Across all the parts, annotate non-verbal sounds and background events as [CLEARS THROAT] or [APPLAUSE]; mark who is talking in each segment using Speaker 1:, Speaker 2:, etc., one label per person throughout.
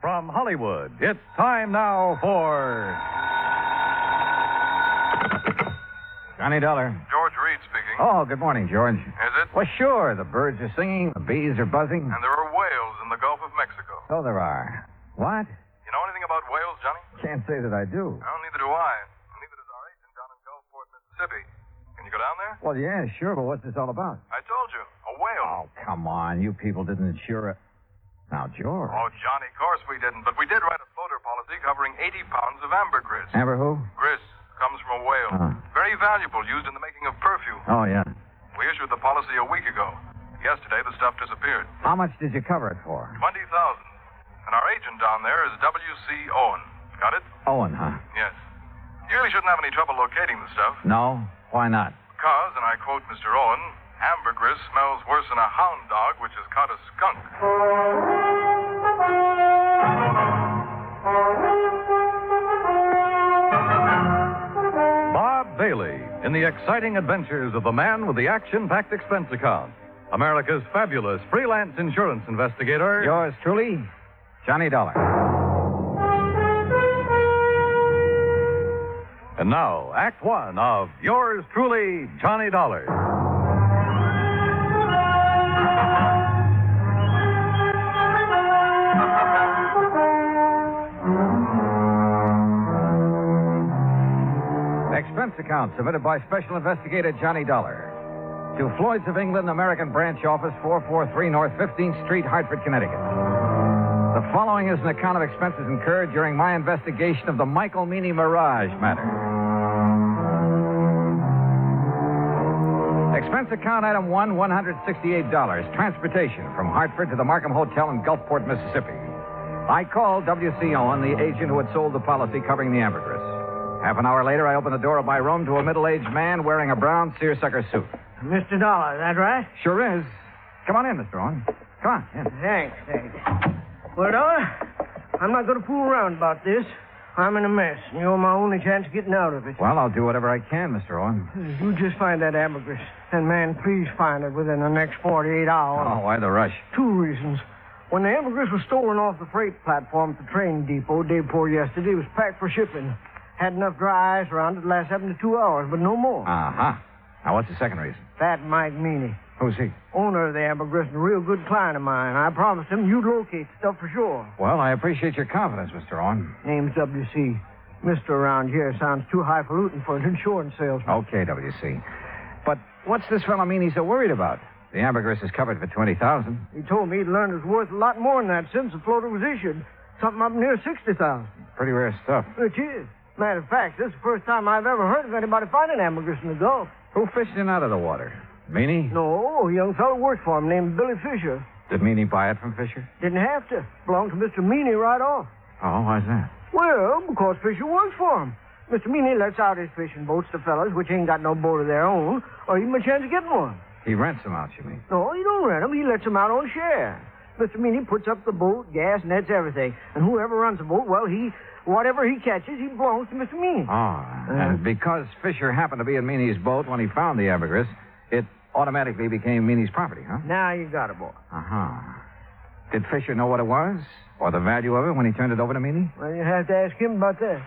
Speaker 1: From Hollywood, it's time now for.
Speaker 2: Johnny Dollar.
Speaker 3: George Reed speaking.
Speaker 2: Oh, good morning, George.
Speaker 3: Is it?
Speaker 2: Well, sure, the birds are singing, the bees are buzzing.
Speaker 3: And there are whales in the Gulf of Mexico.
Speaker 2: So there are. What?
Speaker 3: You know anything about whales, Johnny?
Speaker 2: Can't say that I do.
Speaker 3: No, neither do I. And neither does our agent down in Gulfport, Mississippi. Can you go down there?
Speaker 2: Well, yeah, sure, but what's this all about?
Speaker 3: I told you, a whale.
Speaker 2: Oh, come on. You people didn't insure it. Now, George.
Speaker 3: Oh, Johnny, of course we didn't. But we did write a floater policy covering 80 pounds of ambergris.
Speaker 2: Amber who?
Speaker 3: Gris comes from a whale.
Speaker 2: Uh-huh.
Speaker 3: Very valuable, used in the making of perfume.
Speaker 2: Oh, yeah.
Speaker 3: We issued the policy a week ago. Yesterday, the stuff disappeared.
Speaker 2: How much did you cover it for?
Speaker 3: 20,000. And our agent down there is W.C. Owen. Got it?
Speaker 2: Owen, huh?
Speaker 3: Yes. You really shouldn't have any trouble locating the stuff.
Speaker 2: No? Why not?
Speaker 3: Because, and I quote Mr. Owen, ambergris smells worse than a hound dog which has caught a skunk.
Speaker 1: Bob Bailey in the exciting adventures of the man with the action packed expense account. America's fabulous freelance insurance investigator.
Speaker 2: Yours truly, Johnny Dollar.
Speaker 1: And now, Act One of Yours Truly, Johnny Dollar.
Speaker 2: Expense account submitted by Special Investigator Johnny Dollar to Floyd's of England, American Branch Office, 443 North 15th Street, Hartford, Connecticut. The following is an account of expenses incurred during my investigation of the Michael Meany Mirage matter. Expense account item one, $168. Transportation from Hartford to the Markham Hotel in Gulfport, Mississippi. I called W.C. Owen, the agent who had sold the policy covering the ambergris. Half an hour later, I opened the door of my room to a middle aged man wearing a brown seersucker suit.
Speaker 4: Mr. Dollar, is that right?
Speaker 2: Sure is. Come on in, Mr. Owen. Come on, in.
Speaker 4: Thanks, thanks. Well, Dollar, I'm not going to fool around about this. I'm in a mess, and you're my only chance of getting out of it.
Speaker 2: Well, I'll do whatever I can, Mr. Owen.
Speaker 4: You just find that ambergris. And, man, please find it within the next 48 hours.
Speaker 2: Oh, why the rush?
Speaker 4: Two reasons. When the ambergris was stolen off the freight platform at the train depot day before yesterday, it was packed for shipping. Had enough dry ice around it to last up to two hours, but no more.
Speaker 2: Uh huh. Now, what's the second reason?
Speaker 4: That Mike Meany,
Speaker 2: Who's he?
Speaker 4: owner of the ambergris, and a real good client of mine. I promised him you'd locate stuff for sure.
Speaker 2: Well, I appreciate your confidence, Mr. Owen.
Speaker 4: Name's W.C. Mister around here sounds too highfalutin for an insurance salesman.
Speaker 2: Okay, W.C. But what's this fellow mean he's so worried about? The ambergris is covered for 20000
Speaker 4: He told me he'd learned it was worth a lot more than that since the floater was issued. Something up near 60000
Speaker 2: Pretty rare stuff.
Speaker 4: Which is. Matter of fact, this is the first time I've ever heard of anybody finding ambergris in the Gulf.
Speaker 2: Who fished it out of the water? Meany?
Speaker 4: No, a young fellow worked for him named Billy Fisher.
Speaker 2: Did Meany buy it from Fisher?
Speaker 4: Didn't have to. Belonged to Mr. Meany right off.
Speaker 2: Oh, why's that?
Speaker 4: Well, because Fisher works for him. Mr. Meany lets out his fishing boats to fellas which ain't got no boat of their own, or even a chance of getting one.
Speaker 2: He rents them out, you mean?
Speaker 4: No, he don't rent 'em. He lets 'em out on share. Mr. Meany puts up the boat, gas, nets, everything. And whoever runs the boat, well, he, whatever he catches, he belongs to Mr. Meany.
Speaker 2: Oh, and because Fisher happened to be in Meany's boat when he found the ambergris, it automatically became Meany's property, huh?
Speaker 4: Now you got it, boy.
Speaker 2: Uh huh. Did Fisher know what it was? Or the value of it when he turned it over to Meany?
Speaker 4: Well, you have to ask him about that.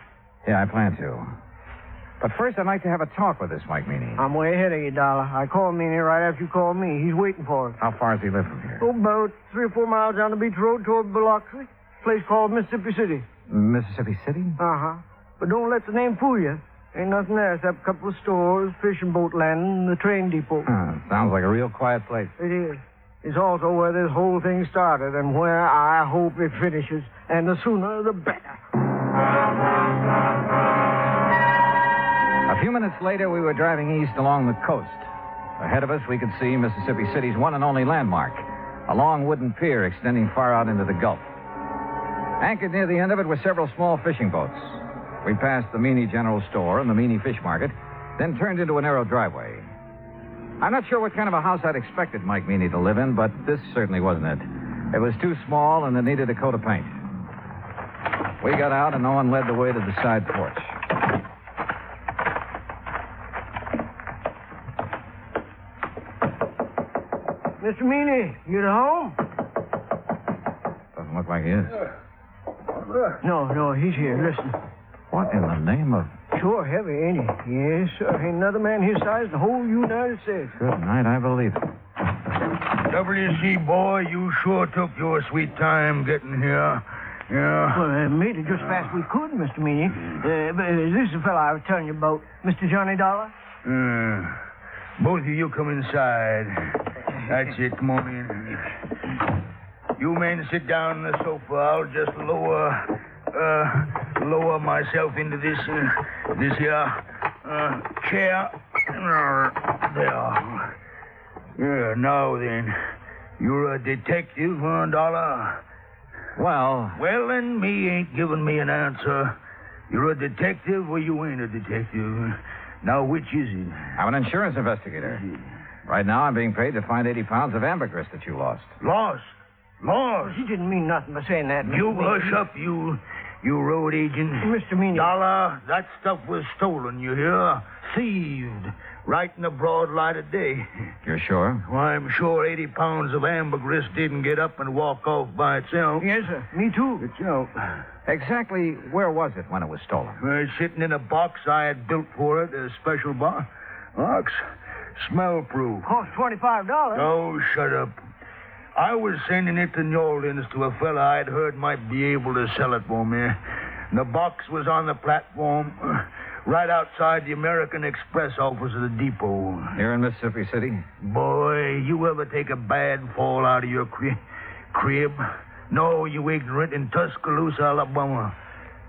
Speaker 2: Yeah, I plan to. But first, I'd like to have a talk with this Mike Meany.
Speaker 4: I'm way ahead of you, Dollar. I called Meany right after you called me. He's waiting for us.
Speaker 2: How far does he live from here?
Speaker 4: Oh, about three or four miles down the beach road toward Biloxi. Place called Mississippi City.
Speaker 2: Mississippi City?
Speaker 4: Uh-huh. But don't let the name fool you. Ain't nothing there except a couple of stores, fishing boat landing, and the train depot.
Speaker 2: Huh, sounds like a real quiet place.
Speaker 4: It is. It's also where this whole thing started and where I hope it finishes. And the sooner the better.
Speaker 2: A few minutes later, we were driving east along the coast. Ahead of us, we could see Mississippi City's one and only landmark, a long wooden pier extending far out into the Gulf. Anchored near the end of it were several small fishing boats. We passed the Meany General Store and the Meany Fish Market, then turned into a narrow driveway. I'm not sure what kind of a house I'd expected Mike Meany to live in, but this certainly wasn't it. It was too small and it needed a coat of paint. We got out and Owen led the way to the side porch.
Speaker 4: Mr. Meany, you at home?
Speaker 2: Doesn't look like he is.
Speaker 5: look.
Speaker 4: No, no, he's here. Listen.
Speaker 2: What in the name of
Speaker 4: Sure heavy, ain't he? Yes, sir. Ain't another man his size in the whole United States.
Speaker 2: good night? I believe it.
Speaker 5: WC boy, you sure took your sweet time getting here. Yeah.
Speaker 4: Well, uh, made it just fast we could, Mster Meany. Uh, but, uh, this is the fellow I was telling you about, Mr. Johnny Dollar.
Speaker 5: Uh, both of you come inside. That's it. Come on in. You men sit down on the sofa. I'll just lower, uh, lower myself into this, uh, this here, uh, chair. There. Yeah, now then. You're a detective, huh, Dollar?
Speaker 2: Well,
Speaker 5: Well, then, me ain't giving me an answer. You're a detective or you ain't a detective. Now, which is it?
Speaker 2: I'm an insurance investigator. Right now, I'm being paid to find 80 pounds of ambergris that you lost.
Speaker 5: Lost. Lost.
Speaker 4: He didn't mean nothing by saying that. Mr.
Speaker 5: You
Speaker 4: Meany.
Speaker 5: hush up, you, you road agent.
Speaker 4: Mr. Meany.
Speaker 5: Dollar, that stuff was stolen, you hear? Thieved. Right in the broad light of day.
Speaker 2: You're sure?
Speaker 5: Why, I'm sure 80 pounds of ambergris didn't get up and walk off by itself.
Speaker 4: Yes, sir. Me too.
Speaker 5: It's, you know,
Speaker 2: Exactly where was it when it was
Speaker 5: [CLEARS THROAT]
Speaker 2: stolen?
Speaker 5: Uh, sitting in a box I had built for it, a special box. Box? Smell proof.
Speaker 4: Cost twenty-five dollars.
Speaker 5: Oh, shut up. I was sending it to New Orleans to a fella I'd heard might be able to sell it for me. And the box was on the platform uh, right outside the American Express office of the depot.
Speaker 2: Here in Mississippi City?
Speaker 5: Boy, you ever take a bad fall out of your cri- crib? No, you ignorant in Tuscaloosa, Alabama.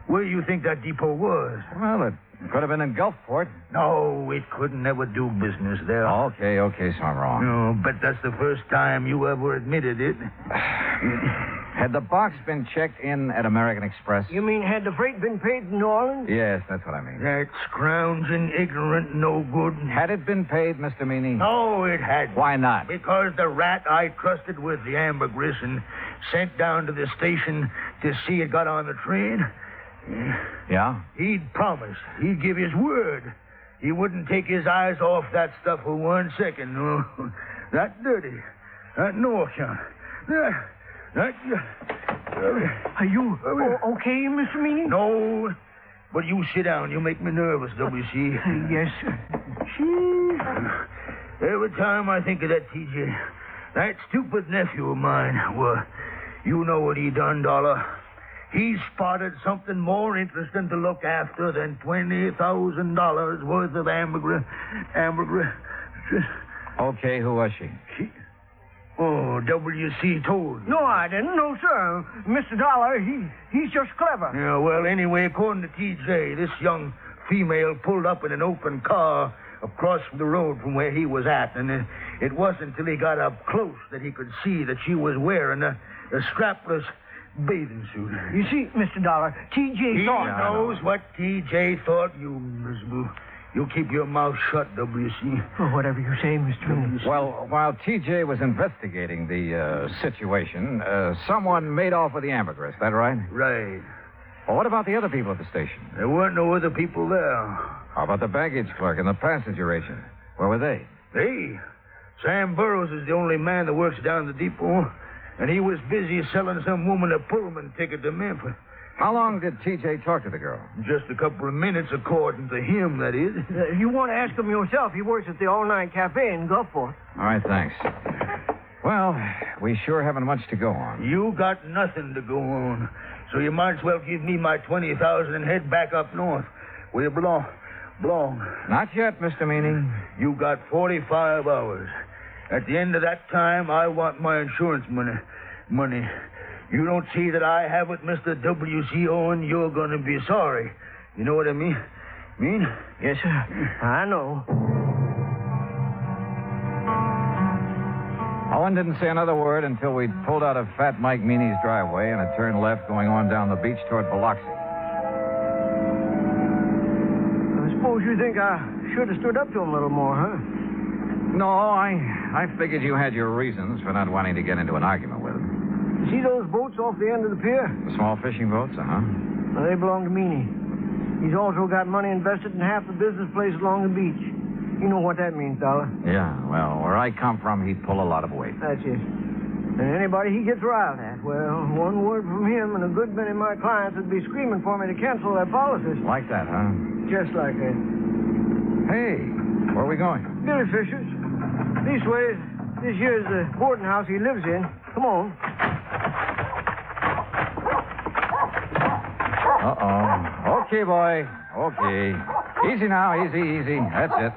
Speaker 5: Where you think that depot was?
Speaker 2: Well, it could have been in Gulfport.
Speaker 5: No, it couldn't ever do business there.
Speaker 2: Okay, okay, so I'm wrong.
Speaker 5: No, but that's the first time you ever admitted it.
Speaker 2: Had the box been checked in at American Express?
Speaker 4: You mean had the freight been paid in New Orleans?
Speaker 2: Yes, that's what I mean.
Speaker 5: That scrounging, ignorant, no good.
Speaker 2: Had it been paid, Mr. Meany?
Speaker 5: No, it had.
Speaker 2: Why not?
Speaker 5: Because the rat I trusted with the ambergris and sent down to the station to see it got on the train,
Speaker 2: Yeah?
Speaker 5: he'd promised. He'd give his word. He wouldn't take his eyes off that stuff for one second. No. [LAUGHS] That dirty. That no account. That. That.
Speaker 4: Are you o- okay, Mr. Meany?
Speaker 5: No. But you sit down. You make me nervous, W.C.
Speaker 4: [LAUGHS] Yes, sir.
Speaker 5: Every time I think of that TJ, that stupid nephew of mine, well, you know what he done, Dollar. He spotted something more interesting to look after than $20,000 worth of ambergris. Ambergris.
Speaker 2: Okay, who was she?
Speaker 5: Oh, W.C. told. me.
Speaker 4: No, I didn't. No, sir. Mr. Dollar, he he's just clever.
Speaker 5: Yeah, well, anyway, according to TJ, this young female pulled up in an open car across the road from where he was at, and it, it wasn't till he got up close that he could see that she was wearing a, a strapless bathing suit.
Speaker 4: You see, Mr. Dollar, T.J.
Speaker 5: He
Speaker 4: thought.
Speaker 5: knows what TJ thought, you miserable. You keep your mouth shut, W.C.
Speaker 4: Well, whatever you say, Mr. Meany.
Speaker 2: Well, while TJ was investigating the uh, situation, uh, someone made off with the ambergris, that right?
Speaker 5: Right.
Speaker 2: Well, what about the other people at the station?
Speaker 5: There weren't no other people there.
Speaker 2: How about the baggage clerk and the passenger agent? Where were they?
Speaker 5: Hey, Sam Burrows is the only man that works down the depot, and he was busy selling some woman a Pullman ticket to Memphis.
Speaker 2: How long did TJ talk to the girl?
Speaker 5: Just a couple of minutes, according to him, that is.
Speaker 4: Uh, you want to ask him yourself? He works at the All Night Cafe in Gulfport.
Speaker 2: All right, thanks. Well, we sure haven't much to go on.
Speaker 5: You got nothing to go on, so you might as well give me my 20000 and head back up north, where you belong. Belong.
Speaker 2: Not yet, Mr. Meany.
Speaker 5: You got 45 hours. At the end of that time, I want my insurance money. Money. You don't see that I have it, Mr. W.C. Owen, you're going to be sorry. You know what I mean? Mean?
Speaker 4: Yes, sir. I know.
Speaker 2: Owen didn't say another word until we pulled out of Fat Mike Meany's driveway and a turn left going on down the beach toward Biloxi.
Speaker 4: I suppose you think I should have stood up to him a little more, huh?
Speaker 2: No, I, I figured you had your reasons for not wanting to get into an argument with him.
Speaker 4: You see those boats off the end of the pier?
Speaker 2: The small fishing boats, uh huh.
Speaker 4: Well, they belong to Meany. He's also got money invested in half the business place along the beach. You know what that means, Dollar.
Speaker 2: Yeah, well, where I come from, he'd pull a lot of weight.
Speaker 4: That's it. And anybody he gets riled at, well, one word from him and a good many of my clients would be screaming for me to cancel their policies.
Speaker 2: Like that, huh?
Speaker 4: Just like that.
Speaker 2: Hey, where are we going?
Speaker 4: Billy Fisher's. These ways, this here's the boarding house he lives in. Come on.
Speaker 2: Uh-oh. Okay, boy. Okay. Easy now. Easy, easy. That's it.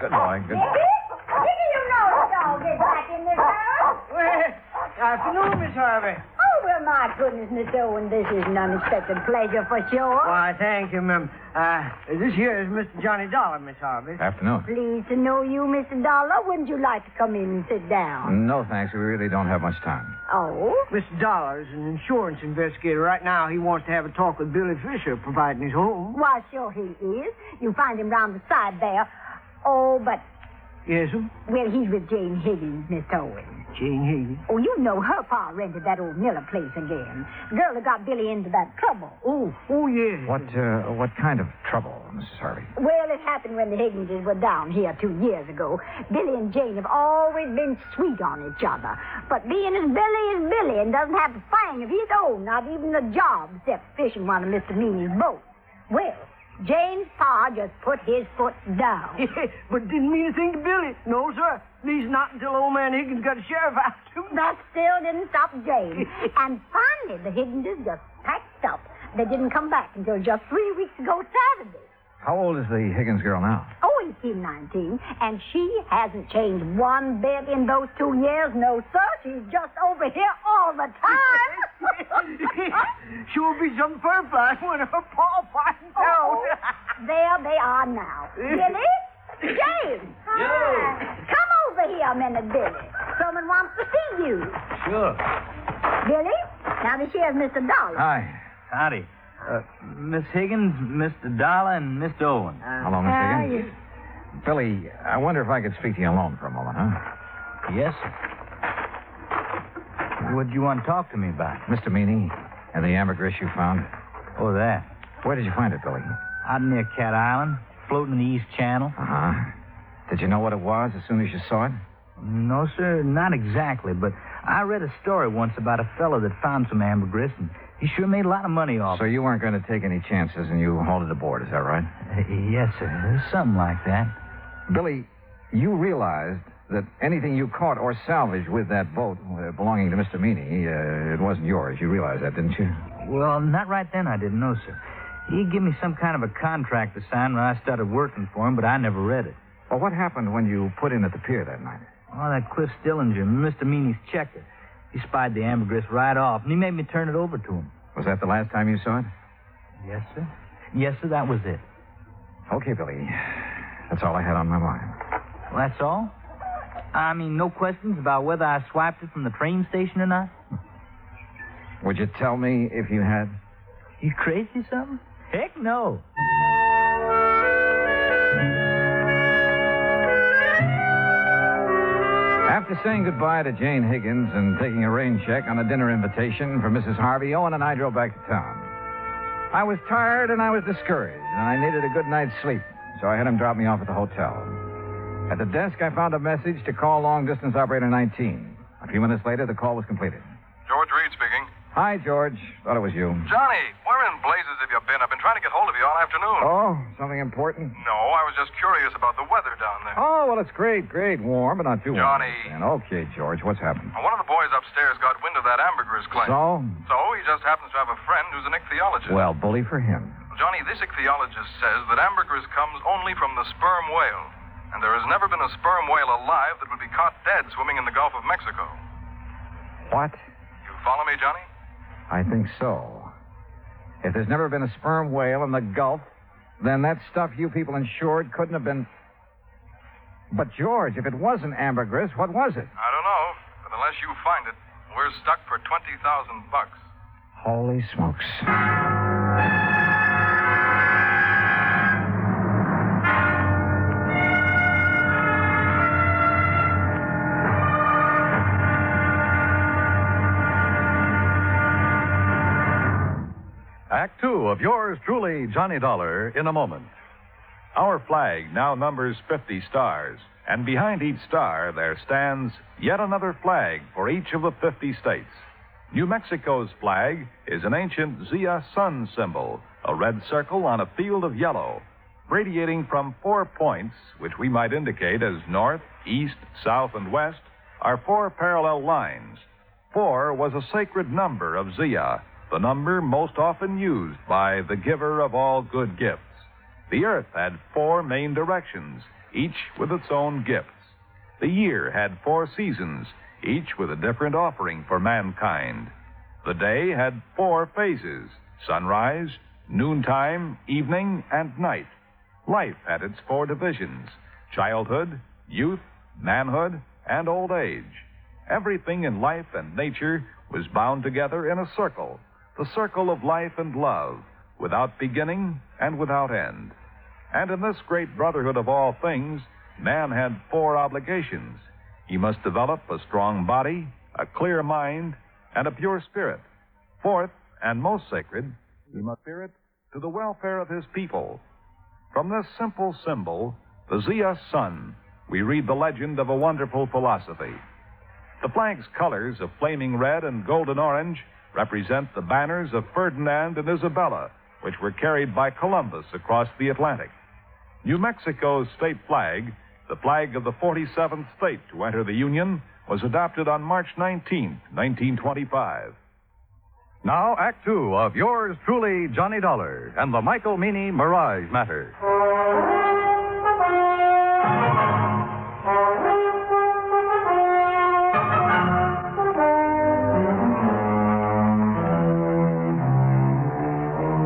Speaker 2: Good boy.
Speaker 6: Did
Speaker 2: Good.
Speaker 6: you know the dog is back in this house?
Speaker 4: Well, afternoon, Miss Harvey.
Speaker 6: Oh, well, my goodness, Miss Owen, this is an unexpected pleasure for sure.
Speaker 4: Why, thank you, ma'am. Uh, this here is Mr. Johnny Dollar, Miss Harvey.
Speaker 2: Afternoon.
Speaker 6: Pleased to know you, Mr. Dollar. Wouldn't you like to come in and sit down?
Speaker 2: No, thanks. We really don't have much time.
Speaker 6: Oh?
Speaker 4: Mr. Dollar is an insurance investigator. Right now, he wants to have a talk with Billy Fisher, providing he's home.
Speaker 6: Why, sure he is. You find him round the side there. Oh, but,
Speaker 4: Yes, sir.
Speaker 6: well, he's with Jane Higgins, Miss Owen.
Speaker 4: Jane Higgins.
Speaker 6: Oh, you know her pa rented that old Miller place again. Girl that got Billy into that trouble.
Speaker 4: Oh, oh, yes.
Speaker 2: What, uh, what kind of trouble, Mrs. Harvey?
Speaker 6: Well, it happened when the Higginses were down here two years ago. Billy and Jane have always been sweet on each other. But being as Billy is Billy and doesn't have a fang of his own, not even a job except fishing one of Mr. Meany's boats. Well, Jane's pa just put his foot
Speaker 4: [LAUGHS]
Speaker 6: down.
Speaker 4: but didn't mean a thing to Billy. No, sir. At least not until old man Higgins got a sheriff out to him.
Speaker 6: That still didn't stop Jane.
Speaker 4: [LAUGHS]
Speaker 6: and finally, the Higginses just packed up. They didn't come back until just three weeks ago Saturday.
Speaker 2: How old is the Higgins girl now?
Speaker 6: Oh, 18, 19, and she hasn't changed one bit in those two years. No, sir, she's just over here all the time.
Speaker 4: [LAUGHS] she will be some fur fly when her paw finds
Speaker 6: oh, [LAUGHS]
Speaker 4: out.
Speaker 6: there they are
Speaker 4: [LAUGHS]
Speaker 6: now. Billy, James, hi. come over here a minute, Billy. Someone wants to see you.
Speaker 5: Sure.
Speaker 6: Billy, now this here's Mr. Dollar.
Speaker 2: Hi.
Speaker 7: Howdy. Uh, Miss Higgins, Mr. Dollar, and Mr. Owen.
Speaker 2: Hello, Miss
Speaker 6: How
Speaker 2: Higgins. Billy, I wonder if I could speak to you alone for a moment, huh?
Speaker 7: Yes, sir. What do you want to talk to me about?
Speaker 2: Mr. Meany and the ambergris you found.
Speaker 7: Oh, that.
Speaker 2: Where did you find it, Billy?
Speaker 7: Out near Cat Island, floating in the East Channel.
Speaker 2: Uh huh. Did you know what it was as soon as you saw it?
Speaker 7: No, sir, not exactly, but I read a story once about a fellow that found some ambergris, and he sure made a lot of money off
Speaker 2: So you weren't going to take any chances and you hauled it aboard, is that right?
Speaker 7: it. Uh, Yes, sir, something like that.
Speaker 2: Billy, you realized that anything you caught or salvaged with that boat uh, belonging to Mr. Meany, uh, it wasn't yours. You realized that, didn't you?
Speaker 7: Well, not right then, I didn't know, sir. He gave me some kind of a contract to sign when I started working for him, but I never read it.
Speaker 2: Well, what happened when you put in at the pier that night?
Speaker 7: Oh, that Cliff Stillinger, Mr. Meany's checker. He spied the ambergris right off, and he made me turn it over to him.
Speaker 2: Was that the last time you saw it?
Speaker 7: Yes, sir? Yes, sir, that was it.
Speaker 2: Okay, Billy. That's all I had on my mind.
Speaker 7: Well, that's all? I mean, no questions about whether I swiped it from the train station or not?
Speaker 2: Would you tell me if you had?
Speaker 7: You crazy or something? Heck no.
Speaker 2: After saying goodbye to Jane Higgins and taking a rain check on a dinner invitation for Mrs. Harvey, Owen and I drove back to town. I was tired and I was discouraged, and I needed a good night's sleep, so I had him drop me off at the hotel. At the desk, I found a message to call long distance operator 19. A few minutes later, the call was completed.
Speaker 3: George Reed speaking.
Speaker 2: Hi, George. Thought it was you.
Speaker 3: Johnny, where in blazes have you been? I've been trying to get hold of you all afternoon.
Speaker 2: Oh, something important?
Speaker 3: No, I was just curious about the weather down there.
Speaker 2: Oh, well, it's great, great. Warm, but not too warm.
Speaker 3: Johnny.
Speaker 2: And okay, George, what's happened?
Speaker 3: One of the boys upstairs got wind of that ambergris claim.
Speaker 2: So?
Speaker 3: So he just happens to have a friend who's an ichthyologist.
Speaker 2: Well, bully for him.
Speaker 3: Johnny, this ichthyologist says that ambergris comes only from the sperm whale, and there has never been a sperm whale alive that would be caught dead swimming in the Gulf of Mexico.
Speaker 2: What?
Speaker 3: You follow me, Johnny?
Speaker 2: I think so. If there's never been a sperm whale in the Gulf, then that stuff you people insured couldn't have been. But, George, if it wasn't ambergris, what was it?
Speaker 3: I don't know, but unless you find it, we're stuck for 20,000 bucks.
Speaker 2: Holy smokes.
Speaker 1: Act two of yours truly, Johnny Dollar, in a moment.
Speaker 8: Our flag now numbers 50 stars,
Speaker 1: And behind each star, there stands yet another flag for each of the 50 states. New Mexico's flag is an ancient Zia sun symbol, a red circle on a field of yellow, radiating from four points, which we might indicate as north, east, south, and west, are four parallel lines. Four was a sacred number of Zia, the number most often used by the giver of all good gifts. The earth had four main directions, each with its own gifts. The year had four seasons, each with a different offering for mankind. The day had four phases sunrise, noontime, evening, and night. Life had its four divisions childhood, youth, manhood, and old age. Everything in life and nature was bound together in a circle, the circle of life and love, without beginning and without end. And in this great brotherhood of all things, man had four obligations. He must develop a strong body, a clear mind, and a pure spirit. Fourth, and most sacred, he must spirit to the welfare of his people. From this simple symbol, the Zia sun, we read the legend of a wonderful philosophy. The flag's colors of flaming red and golden orange represent the banners of Ferdinand and Isabella, which were carried by Columbus across the Atlantic. New Mexico's state flag, the flag of the 47th state to enter the Union, was adopted on March 19, 1925.
Speaker 8: Now, Act Two of yours truly, Johnny Dollar and the Michael Meany Mirage Matter.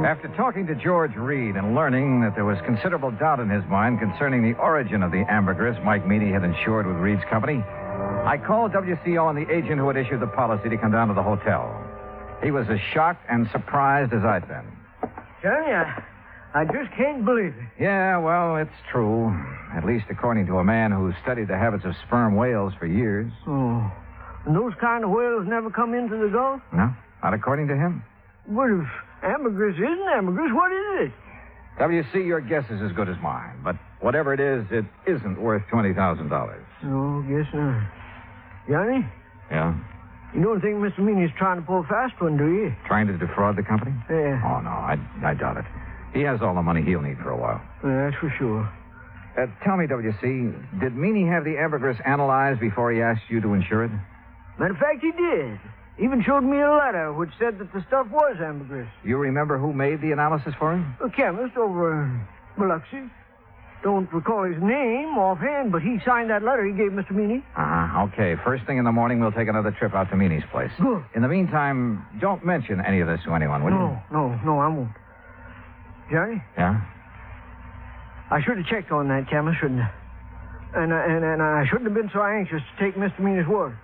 Speaker 2: After talking to George Reed and learning that there was considerable doubt in his mind concerning the origin of the ambergris Mike Meany had insured with Reed's company, I called WCO and the agent who had issued the policy to come down to the hotel. He was as shocked and surprised as I'd been.
Speaker 4: Johnny, I, I just can't believe it.
Speaker 2: Yeah, well, it's true. At least according to a man who studied the habits of sperm whales for years.
Speaker 4: Oh. And those kind of whales never come into the Gulf?
Speaker 2: No, not according to him.
Speaker 4: What if ambergris isn't ambergris? What is it?
Speaker 2: WC, your guess is as good as mine, but whatever it is, it isn't worth $20,000.
Speaker 4: No, guess not. Johnny,
Speaker 2: Yeah?
Speaker 4: you don't think Mr. Meany's trying to pull a fast one, do you?
Speaker 2: Trying to defraud the company?
Speaker 4: Yeah,
Speaker 2: Oh, no, I, I doubt it. He has all the money he'll need for a while.
Speaker 4: yeah, that's for sure.
Speaker 2: Uh, tell me, WC, did Meany have the ambergris analyzed before he asked you to insure it?
Speaker 4: Matter of fact, he did. Even showed me a letter which said that the stuff was ambergris.
Speaker 2: You remember who made the analysis for him?
Speaker 4: A chemist over in Biloxi. Don't recall his name offhand, but he signed that letter he gave Mr. Meany.
Speaker 2: Uh-huh. Okay. First thing in the morning, we'll take another trip out to Meany's place.
Speaker 4: Good.
Speaker 2: In the meantime, don't mention any of this to anyone, will you?
Speaker 4: No, no, no, I won't. Johnny,
Speaker 2: Yeah?
Speaker 4: I should have checked on that chemist, shouldn't I? And I, and, and I shouldn't have been so anxious to take Mr. Meany's word.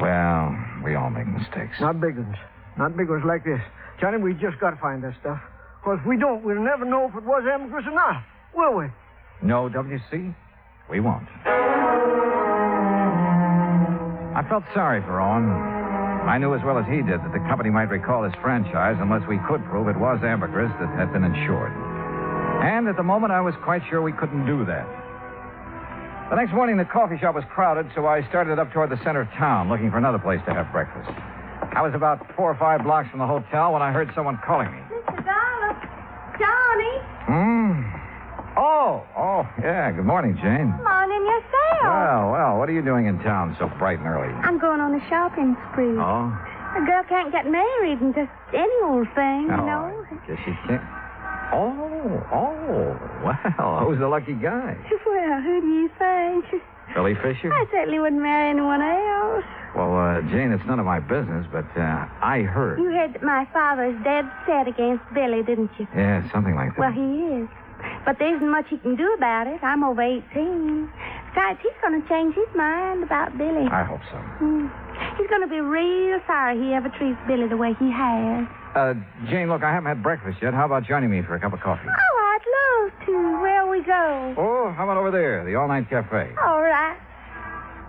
Speaker 2: Well, we all make mistakes.
Speaker 4: Not big ones. Not big ones like this. Johnny, we just got to find that stuff. Because if we don't, we'll never know if it was ambergris or not, will we?
Speaker 2: No, WC, we won't. I felt sorry for Owen. I knew as well as he did that the company might recall his franchise unless we could prove it was ambergris that had been insured. And at the moment, I was quite sure we couldn't do that. The next morning, the coffee shop was crowded, so I started up toward the center of town looking for another place to have breakfast. I was about four or five blocks from the hotel when I heard someone calling me.
Speaker 9: Mr. Dollar. Johnny.
Speaker 2: Hmm. Oh, oh, yeah. Good morning, Jane.
Speaker 9: Come on in yourself.
Speaker 2: Well, well, what are you doing in town so bright and early?
Speaker 9: I'm going on a shopping spree.
Speaker 2: Oh?
Speaker 9: A girl can't get married in just any old thing, you know.
Speaker 2: I guess you can't. Oh, oh, well, [LAUGHS] who's the lucky guy?
Speaker 9: Well, who do you think?
Speaker 2: Billy Fisher?
Speaker 9: I certainly wouldn't marry anyone else.
Speaker 2: Well, uh, Jane, it's none of my business, but uh, I heard.
Speaker 9: You heard that my father's dead set against Billy, didn't you?
Speaker 2: Yeah, something like that.
Speaker 9: Well, he is. But there isn't much he can do about it. I'm over 18. Besides, he's going to change his mind about Billy.
Speaker 2: I hope so.
Speaker 9: Hmm. He's going to be real sorry he ever treats Billy the way he has.
Speaker 2: Uh, Jane, look, I haven't had breakfast yet. How about joining me for a cup of coffee?
Speaker 9: Oh, I'd love to. Where we go?
Speaker 2: Oh, how about over there, the All Night Cafe?
Speaker 9: All right.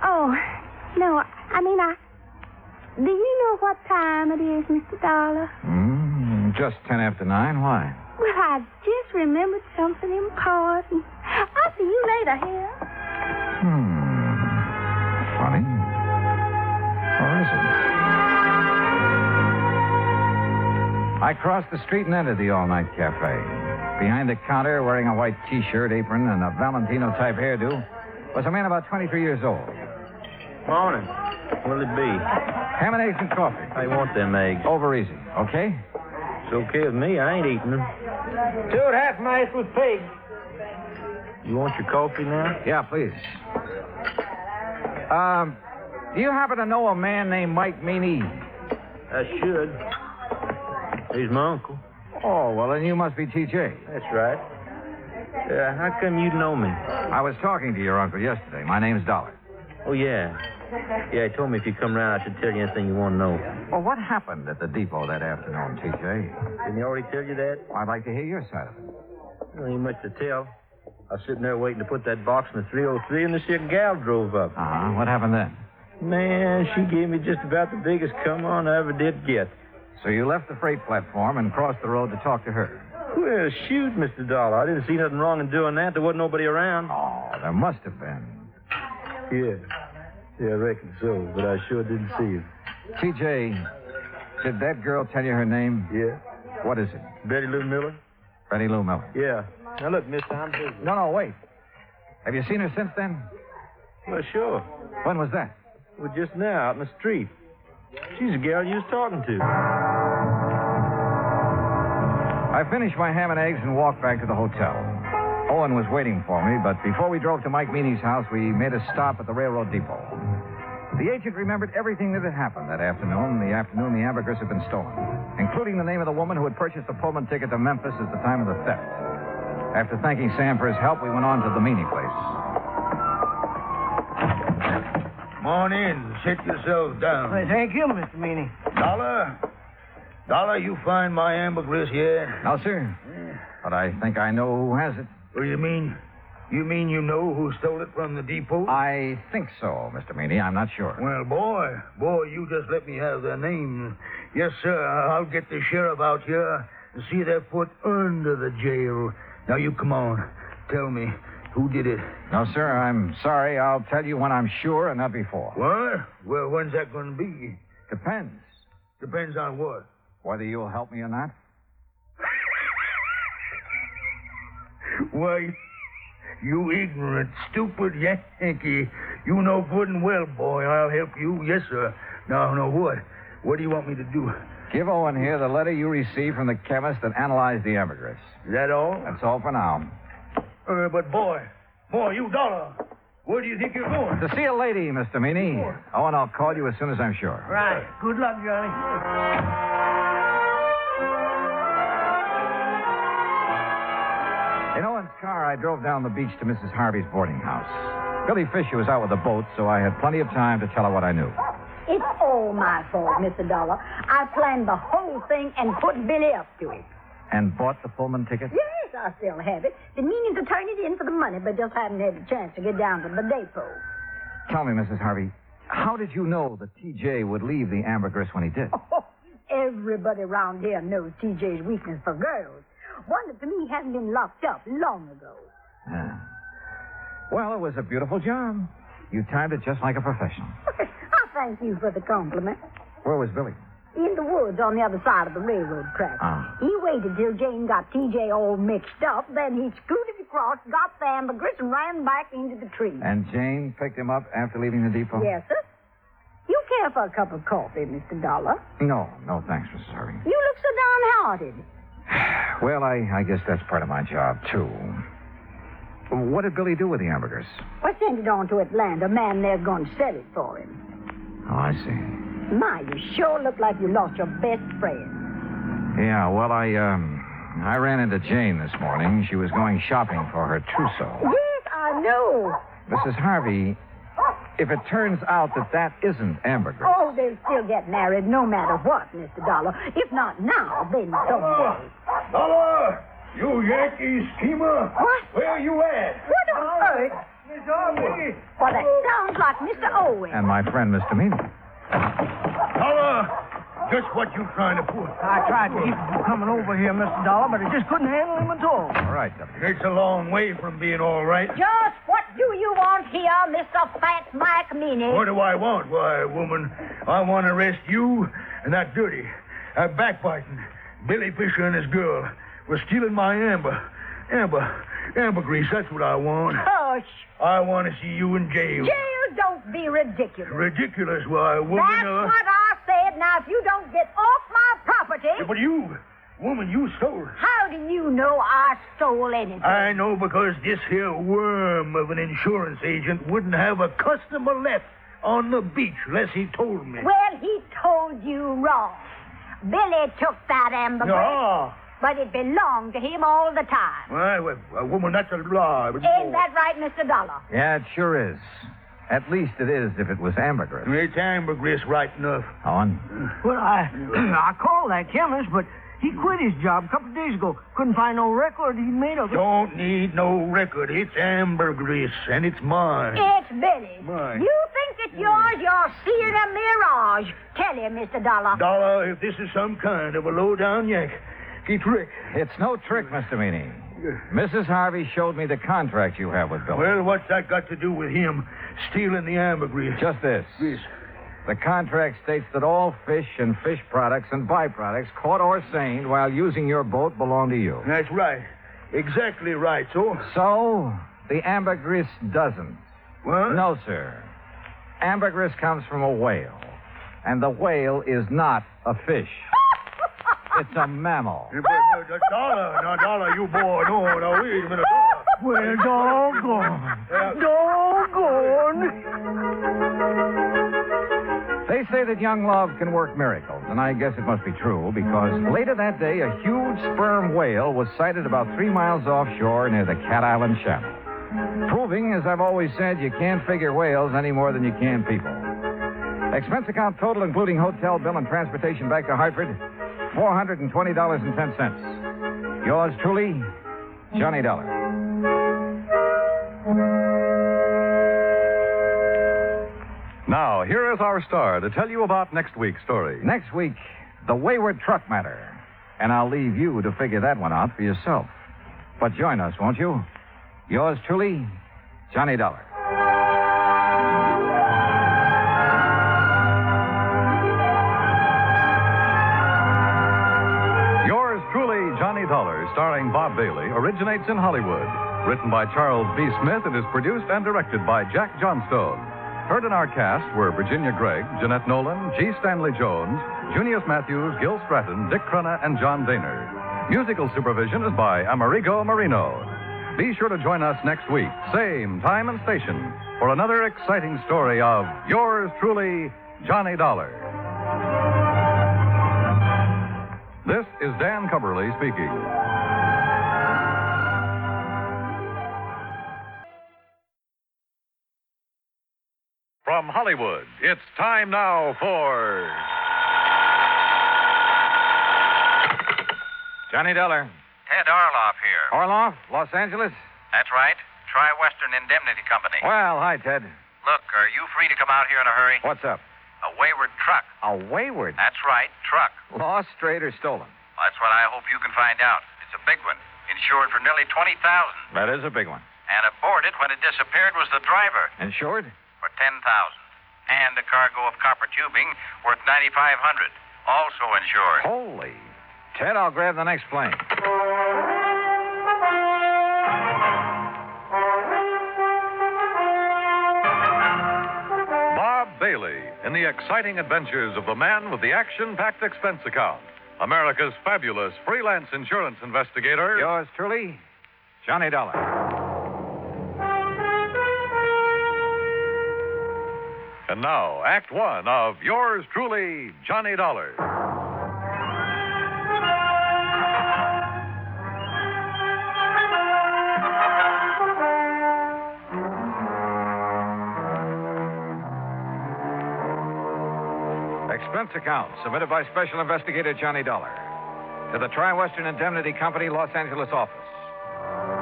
Speaker 9: Oh, no, I mean, I. Do you know what time it is, Mr. Dollar?
Speaker 2: Mm, just ten after nine. Why?
Speaker 9: Well, I just remembered something important. I'll see you later, here.
Speaker 2: Hmm. Funny. Or is it? I crossed the street and entered the all night cafe. Behind the counter, wearing a white t shirt, apron, and a Valentino type hairdo, was a man about 23 years old.
Speaker 10: Morning. What'll it be?
Speaker 2: Ham and eggs and coffee.
Speaker 10: I want them eggs.
Speaker 2: Over easy, okay?
Speaker 10: It's okay with me. I ain't eating them.
Speaker 11: Two and a half mice with pig.
Speaker 10: You want your coffee now?
Speaker 2: Yeah, please. Um, do you happen to know a man named Mike Meany?
Speaker 10: I should. He's my uncle.
Speaker 2: Oh, well, then you must be T.J.
Speaker 10: That's right. Uh, how come you know me?
Speaker 2: I was talking to your uncle yesterday. My name's Dollar.
Speaker 10: Oh, yeah. Yeah, he told me if you come round, I should tell you anything you want to know.
Speaker 2: Well, what happened at the depot that afternoon, T.J.?
Speaker 10: Didn't he already tell you that?
Speaker 2: I'd like to hear your side of it.
Speaker 10: There ain't much to tell. I was sitting there waiting to put that box in the 303, and this here gal drove up.
Speaker 2: Uh-huh. What happened then?
Speaker 10: Man, she gave me just about the biggest come on I ever did get.
Speaker 2: So you left the freight platform and crossed the road to talk to her.
Speaker 10: Well, shoot, Mr. Dollar. I didn't see nothing wrong in doing that. There wasn't nobody around.
Speaker 2: Oh, there must have been.
Speaker 10: Yeah. Yeah, I reckon so, but I sure didn't see him.
Speaker 2: T.J., did that girl tell you her name?
Speaker 10: Yeah.
Speaker 2: What is it?
Speaker 10: Betty Lou Miller?
Speaker 2: Betty Lou Miller.
Speaker 10: Yeah. Now, look, mister, I'm busy.
Speaker 2: No, no, wait. Have you seen her since then?
Speaker 10: Well, sure.
Speaker 2: When was that?
Speaker 10: Well, just now, out in the street. She's a gal you was talking to.
Speaker 2: I finished my ham and eggs and walked back to the hotel. Owen was waiting for me, but before we drove to Mike Meany's house, we made a stop at the railroad depot. The agent remembered everything that had happened that afternoon, the afternoon the ambergris had been stolen, including the name of the woman who had purchased the Pullman ticket to Memphis at the time of the theft. After thanking Sam for his help, we went on to the Meany place.
Speaker 5: Come on in. Sit yourselves down.
Speaker 4: Well, thank you, Mr. Meany.
Speaker 5: Dollar? Dollar, you find my ambergris yet?
Speaker 2: No, sir. But I think I know who has it.
Speaker 5: What do you mean? You mean you know who stole it from the depot?
Speaker 2: I think so, Mr. Meany. I'm not sure.
Speaker 5: Well, boy, boy, you just let me have their name. Yes, sir. I'll get the sheriff out here and see they're put under the jail. Now, you come on. Tell me, who did it?
Speaker 2: No, sir, I'm sorry. I'll tell you when I'm sure and not before.
Speaker 5: What? Well, when's that going to be?
Speaker 2: Depends
Speaker 5: Depends on what.
Speaker 2: whether you'll help me or not.
Speaker 5: [LAUGHS] Why, you ignorant, stupid Yankee. You know good and well, boy, I'll help you. Yes, sir. Now, now what? What do you want me to do?
Speaker 2: Give Owen here the letter you received from the chemist that analyzed the ambergris.
Speaker 5: Is that all?
Speaker 2: That's all for now.
Speaker 5: Uh, but boy, boy, you dollar. Where do you think you're going?
Speaker 2: To see a lady, Mr. Meany. Owen, I'll call you as soon as I'm sure.
Speaker 4: Right. Good luck, Johnny.
Speaker 2: In Owen's car, I drove down the beach to Mrs. Harvey's boarding house. Billy Fisher was out with a boat, so I had plenty of time to tell her what I knew.
Speaker 6: It's all my fault, Mr. Dollar. I planned the whole thing and put Billy up to it.
Speaker 2: And bought the Pullman ticket?
Speaker 6: Yes, I still have it. Been meaning to turn it in for the money, but just haven't had a chance to get down to the depot.
Speaker 2: Tell me, Mrs. Harvey, how did you know that T.J. would leave the ambergris when he did?
Speaker 6: Everybody around here knows TJ's weakness for girls. One that to me hasn't been locked up long ago.
Speaker 2: Yeah. Well, it was a beautiful job. You timed it just like a professional.
Speaker 6: I thank you for the compliment.
Speaker 2: Where was Billy?
Speaker 6: In the woods on the other side of the railroad track.
Speaker 2: Ah.
Speaker 6: He waited till Jane got TJ all mixed up, then he scooted across, got the ambergris, and ran back into the tree.
Speaker 2: And Jane picked him up after leaving the depot?
Speaker 6: Yes, sir. You care for a cup of coffee, Mr. Dollar?
Speaker 2: No, no, thanks, Mrs. Harvey.
Speaker 6: You look so downhearted.
Speaker 2: Well, I, I guess that's part of my job, too. What did Billy do with the ambergris?
Speaker 6: Well, send it on to Atlanta. Man there's going to sell it for him.
Speaker 2: Oh, I see.
Speaker 6: My, you sure look like you lost your best friend.
Speaker 2: Yeah, well, I, um, I ran into Jane this morning. She was going shopping for her trousseau.
Speaker 6: Yes, I know.
Speaker 2: Mrs. Harvey, if it turns out that that isn't ambergris,
Speaker 6: Oh, they'll still get married no matter what, Mr. Dollar. If not now, then someday.
Speaker 5: Dollar! You Yankee schemer!
Speaker 6: What?
Speaker 5: Where you at?
Speaker 6: What on earth?
Speaker 5: Miss Harvey!
Speaker 6: Well, that sounds like Mr. Owen.
Speaker 2: and my friend Mr. Meany.
Speaker 5: Dollar! Just what you trying to pull.
Speaker 4: I tried to keep him from coming over here, Mr. Dollar, but I just couldn't handle him at all.
Speaker 2: All right, Deputy.
Speaker 5: It's a long way from being all right.
Speaker 6: Just what do you want here, Mr. Fat Mike Meany?
Speaker 5: What do I want? Why, woman, I want to arrest you and that dirty, that backbiting, Billy Fisher and his girl for stealing my amber. Amber. Ambergris, that's what I want.
Speaker 6: Hush.
Speaker 5: I want to see you in jail.
Speaker 6: Jail, don't be ridiculous.
Speaker 5: Ridiculous, why, woman.
Speaker 6: That's
Speaker 5: uh,
Speaker 6: what I said. Now, if you don't get off my property.
Speaker 5: But you, woman, you stole.
Speaker 6: How do you know I stole anything?
Speaker 5: I know because this here worm of an insurance agent wouldn't have a customer left on the beach unless he told me.
Speaker 6: Well, he told you wrong. Billy took that amber.
Speaker 5: No.
Speaker 6: But it belonged to him all the time.
Speaker 5: Why, well, uh, woman, that's a lie. But
Speaker 6: Ain't that right, Mr. Dollar?
Speaker 2: Yeah, it sure is. At least it is if it was ambergris.
Speaker 5: It's ambergris, right enough.
Speaker 2: On.
Speaker 4: Well, I [CLEARS THROAT] I called that chemist, but he quit his job a couple of days ago. Couldn't find no record he made of it.
Speaker 5: Don't need no record. It's ambergris, and it's mine.
Speaker 6: It's Billy.
Speaker 5: Mine.
Speaker 6: Eh. You think it's yours? You're seeing a mirage. Tell him, Mr. Dollar.
Speaker 5: Dollar, if this is some kind of a low-down yank, he trick.
Speaker 2: It's no trick, Mr. Meany. Mrs. Harvey showed me the contract you have with Bill.
Speaker 5: Well, what's that got to do with him stealing the ambergris?
Speaker 2: Just this.
Speaker 5: Yes.
Speaker 2: The contract states that all fish and fish products and byproducts caught or seined while using your boat belong to you.
Speaker 5: That's right. Exactly right, so.
Speaker 2: So, the ambergris doesn't.
Speaker 5: What?
Speaker 2: No, sir. Ambergris comes from a whale, and the whale is not a fish. it's a mammal.
Speaker 5: But, but, but, Dollar, now, Dollar, you boy, no, no, wait a minute, Dollar.
Speaker 4: Well, doggone. Doggone.
Speaker 2: They say that young love can work miracles, and I guess it must be true because later that day, a huge sperm whale was sighted about three miles offshore near the Cat Island Channel. Proving, as I've always said, you can't figure whales any more than you can people. Expense account total, including hotel bill and transportation back to Hartford, $420.10. Yours truly, Johnny Dollar.
Speaker 8: Now, here is our star to tell you about next week's story.
Speaker 2: Next week, the wayward truck matter. And I'll leave you to figure that one out for yourself. But join us, won't you? Yours truly, Johnny Dollar.
Speaker 8: Yours truly, Johnny Dollar, starring Bob Bailey, originates in Hollywood. Written by Charles B. Smith and is produced and directed by Jack Johnstone. Heard in our cast were Virginia Gregg, Jeanette Nolan, G. Stanley Jones, Junius Matthews, Gil Stratton, Dick Crenna, and John Daner. Musical supervision is by Amerigo Marino. Be sure to join us next week, same time and station, for another exciting story of yours truly, Johnny Dollar. This is Dan Cumberly speaking. From Hollywood, it's time now for
Speaker 2: Johnny Dollar.
Speaker 12: Ted Arloff here.
Speaker 2: Orloff, Los Angeles.
Speaker 12: That's right. Try Western Indemnity Company.
Speaker 2: Well, hi, Ted.
Speaker 12: Look, are you free to come out here in a hurry?
Speaker 2: What's up?
Speaker 12: A wayward truck.
Speaker 2: A wayward?
Speaker 12: That's right, truck.
Speaker 2: Lost, strayed, or stolen?
Speaker 12: That's what I hope you can find out. It's a big one, insured for nearly 20000
Speaker 2: That is a big one.
Speaker 12: And aboard it when it disappeared was the driver
Speaker 2: Insured?
Speaker 12: for 10000 And a cargo of copper tubing worth 9500 also insured.
Speaker 2: Holy. Ted, I'll grab the next plane.
Speaker 8: Bob Bailey in the exciting adventures of the man with the action packed expense account, America's fabulous freelance insurance investigator.
Speaker 2: Yours truly, Johnny Dollar.
Speaker 8: And now, Act One of yours truly, Johnny Dollar.
Speaker 2: Expense account submitted by Special Investigator Johnny Dollar to the Tri Western Indemnity Company, Los Angeles office.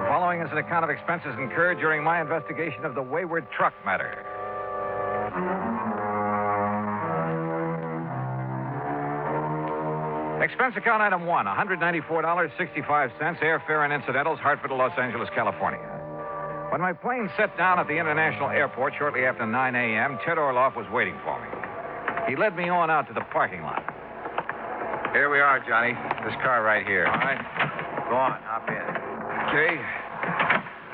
Speaker 2: Following is an account of expenses incurred during my investigation of the wayward truck matter. Expense account item one $194.65, airfare and incidentals, Hartford to Los Angeles, California.
Speaker 13: When my plane set down at the international airport shortly after 9 a.m., Ted Orloff was waiting for me. He led me on out to the parking lot.
Speaker 2: Here we are, Johnny. This car right here. All right. Go on, hop in.
Speaker 13: Okay.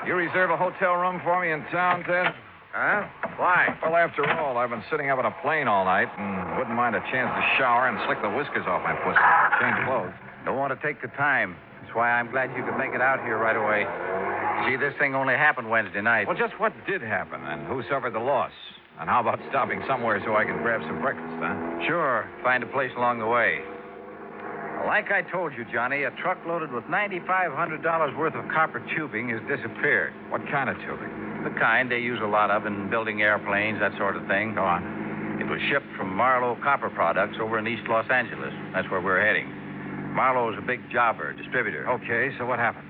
Speaker 13: You reserve a hotel room for me in town, Ted?
Speaker 2: Huh? Why?
Speaker 13: Well, after all, I've been sitting up in a plane all night and wouldn't mind a chance to shower and slick the whiskers off my pussy. Change clothes.
Speaker 2: Don't want to take the time. That's why I'm glad you could make it out here right away. See, this thing only happened Wednesday night.
Speaker 13: Well, just what did happen and who suffered the loss? And how about stopping somewhere so I can grab some breakfast, huh?
Speaker 2: Sure. Find a place along the way. Like I told you, Johnny, a truck loaded with $9,500 worth of copper tubing has disappeared.
Speaker 13: What kind of tubing?
Speaker 2: The kind they use a lot of in building airplanes, that sort of thing.
Speaker 13: Go on.
Speaker 2: It was shipped from Marlowe Copper Products over in East Los Angeles. That's where we're heading. Marlowe is a big jobber, distributor.
Speaker 13: Okay, so what happened?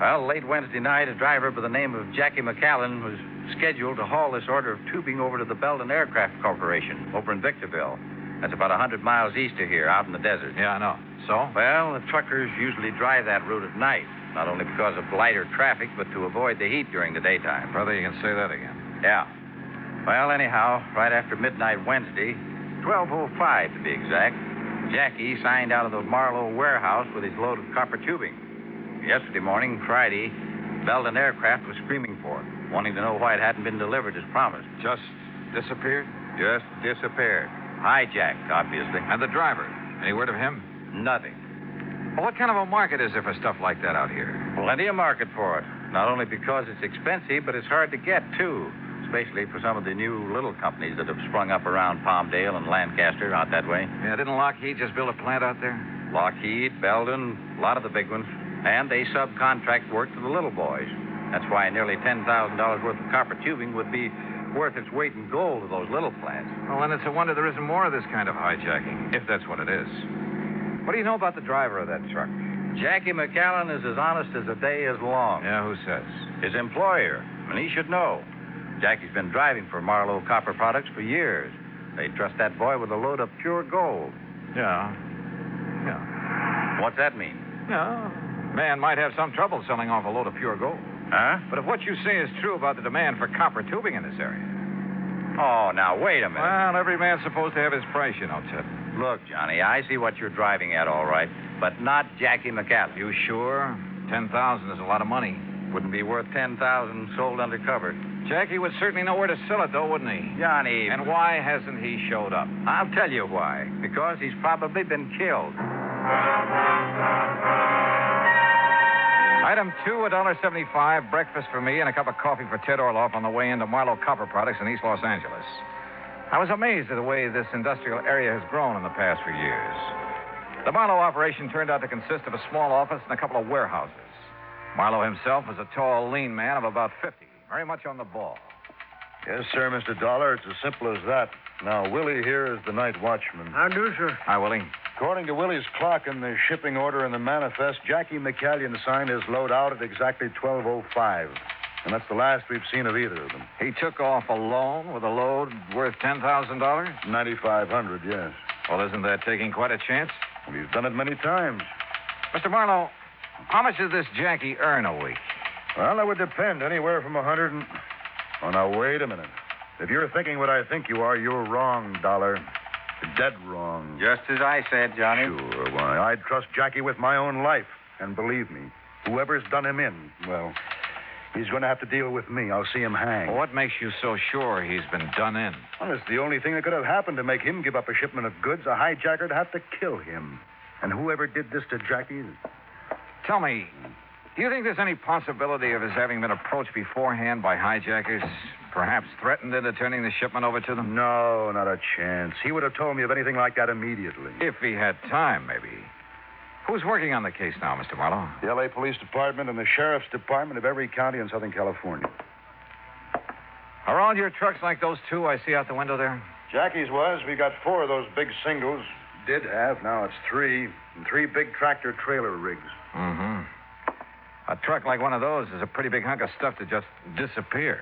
Speaker 2: Well, late Wednesday night, a driver by the name of Jackie McAllen was scheduled to haul this order of tubing over to the Belden Aircraft Corporation over in Victorville. That's about a 100 miles east of here, out in the desert.
Speaker 13: Yeah, I know. So?
Speaker 2: Well, the truckers usually drive that route at night, not only because of lighter traffic, but to avoid the heat during the daytime.
Speaker 13: Brother, you can say that again.
Speaker 2: Yeah. Well, anyhow, right after midnight Wednesday, 1205 to be exact, Jackie signed out of the Marlowe warehouse with his load of copper tubing. Yesterday morning, Friday, Belden Aircraft was screaming for it, wanting to know why it hadn't been delivered as promised.
Speaker 13: Just disappeared?
Speaker 2: Just disappeared. Hijacked, obviously.
Speaker 13: And the driver? Any word of him?
Speaker 2: Nothing.
Speaker 13: Well, what kind of a market is there for stuff like that out here?
Speaker 2: Plenty of market for it. Not only because it's expensive, but it's hard to get, too. Especially for some of the new little companies that have sprung up around Palmdale and Lancaster out that way.
Speaker 13: Yeah, didn't Lockheed just build a plant out there?
Speaker 2: Lockheed, Belden, a lot of the big ones. And they subcontract work to the little boys. That's why nearly $10,000 worth of copper tubing would be worth its weight in gold to those little plants.
Speaker 13: Well, then it's a wonder there isn't more of this kind of hijacking, if that's what it is. What do you know about the driver of that truck?
Speaker 2: Jackie McAllen is as honest as the day is long.
Speaker 13: Yeah, who says?
Speaker 2: His employer, and he should know. Jackie's been driving for Marlowe Copper Products for years. They trust that boy with a load of pure gold.
Speaker 13: Yeah. Yeah.
Speaker 2: What's that mean?
Speaker 13: Yeah. Man might have some trouble selling off a load of pure gold.
Speaker 2: Huh?
Speaker 13: But if what you say is true about the demand for copper tubing in this area.
Speaker 2: Oh, now, wait a minute.
Speaker 13: Well, every man's supposed to have his price, you know, Ted.
Speaker 2: Look, Johnny, I see what you're driving at, all right, but not Jackie McAllen.
Speaker 13: You sure? Ten thousand is a lot of money.
Speaker 2: Wouldn't be worth ten thousand sold undercover.
Speaker 13: Jackie would certainly know where to sell it, though, wouldn't he?
Speaker 2: Johnny.
Speaker 13: And why hasn't he showed up?
Speaker 2: I'll tell you why. Because he's probably been killed.
Speaker 13: Item two, a dollar seventy-five, breakfast for me and a cup of coffee for Ted Orloff on the way into Marlowe Copper Products in East Los Angeles. I was amazed at the way this industrial area has grown in the past few years. The Marlowe operation turned out to consist of a small office and a couple of warehouses. Marlowe himself was a tall, lean man of about 50, very much on the ball.
Speaker 14: Yes, sir, Mr. Dollar. It's as simple as that. Now, Willie here is the night watchman.
Speaker 15: How do, sir?
Speaker 13: Hi, Willie.
Speaker 14: According to Willie's clock in the shipping order in the manifest, Jackie McCallion signed his load out at exactly 1205. And that's the last we've seen of either of them.
Speaker 13: He took off alone with a load worth $10,000?
Speaker 14: 9500 yes.
Speaker 13: Well, isn't that taking quite a chance?
Speaker 14: Well, he's done it many times.
Speaker 13: Mr. Marlowe, how much does this Jackie earn a week?
Speaker 14: Well, that would depend. Anywhere from a 100 and... Oh, now, wait a minute. If you're thinking what I think you are, you're wrong, Dollar. You're dead wrong.
Speaker 2: Just as I said, Johnny.
Speaker 14: Sure, why, I'd trust Jackie with my own life. And believe me, whoever's done him in, well... He's going to have to deal with me. I'll see him hang.
Speaker 13: Well, what makes you so sure he's been done in?
Speaker 14: Well, it's the only thing that could have happened to make him give up a shipment of goods. A hijacker'd have to kill him. And whoever did this to Jackie.
Speaker 13: Tell me, do you think there's any possibility of his having been approached beforehand by hijackers? Perhaps threatened into turning the shipment over to them?
Speaker 14: No, not a chance. He would have told me of anything like that immediately.
Speaker 13: If he had time, maybe. Who's working on the case now, Mr. Marlowe?
Speaker 14: The L.A. Police Department and the Sheriff's Department of every county in Southern California.
Speaker 13: Are all your trucks like those two I see out the window there?
Speaker 14: Jackie's was. We got four of those big singles. Did have. Now it's three. And three big tractor trailer rigs.
Speaker 13: Mm
Speaker 2: Mm-hmm.
Speaker 13: hmm. A truck like one of those is a pretty big hunk of stuff to just disappear.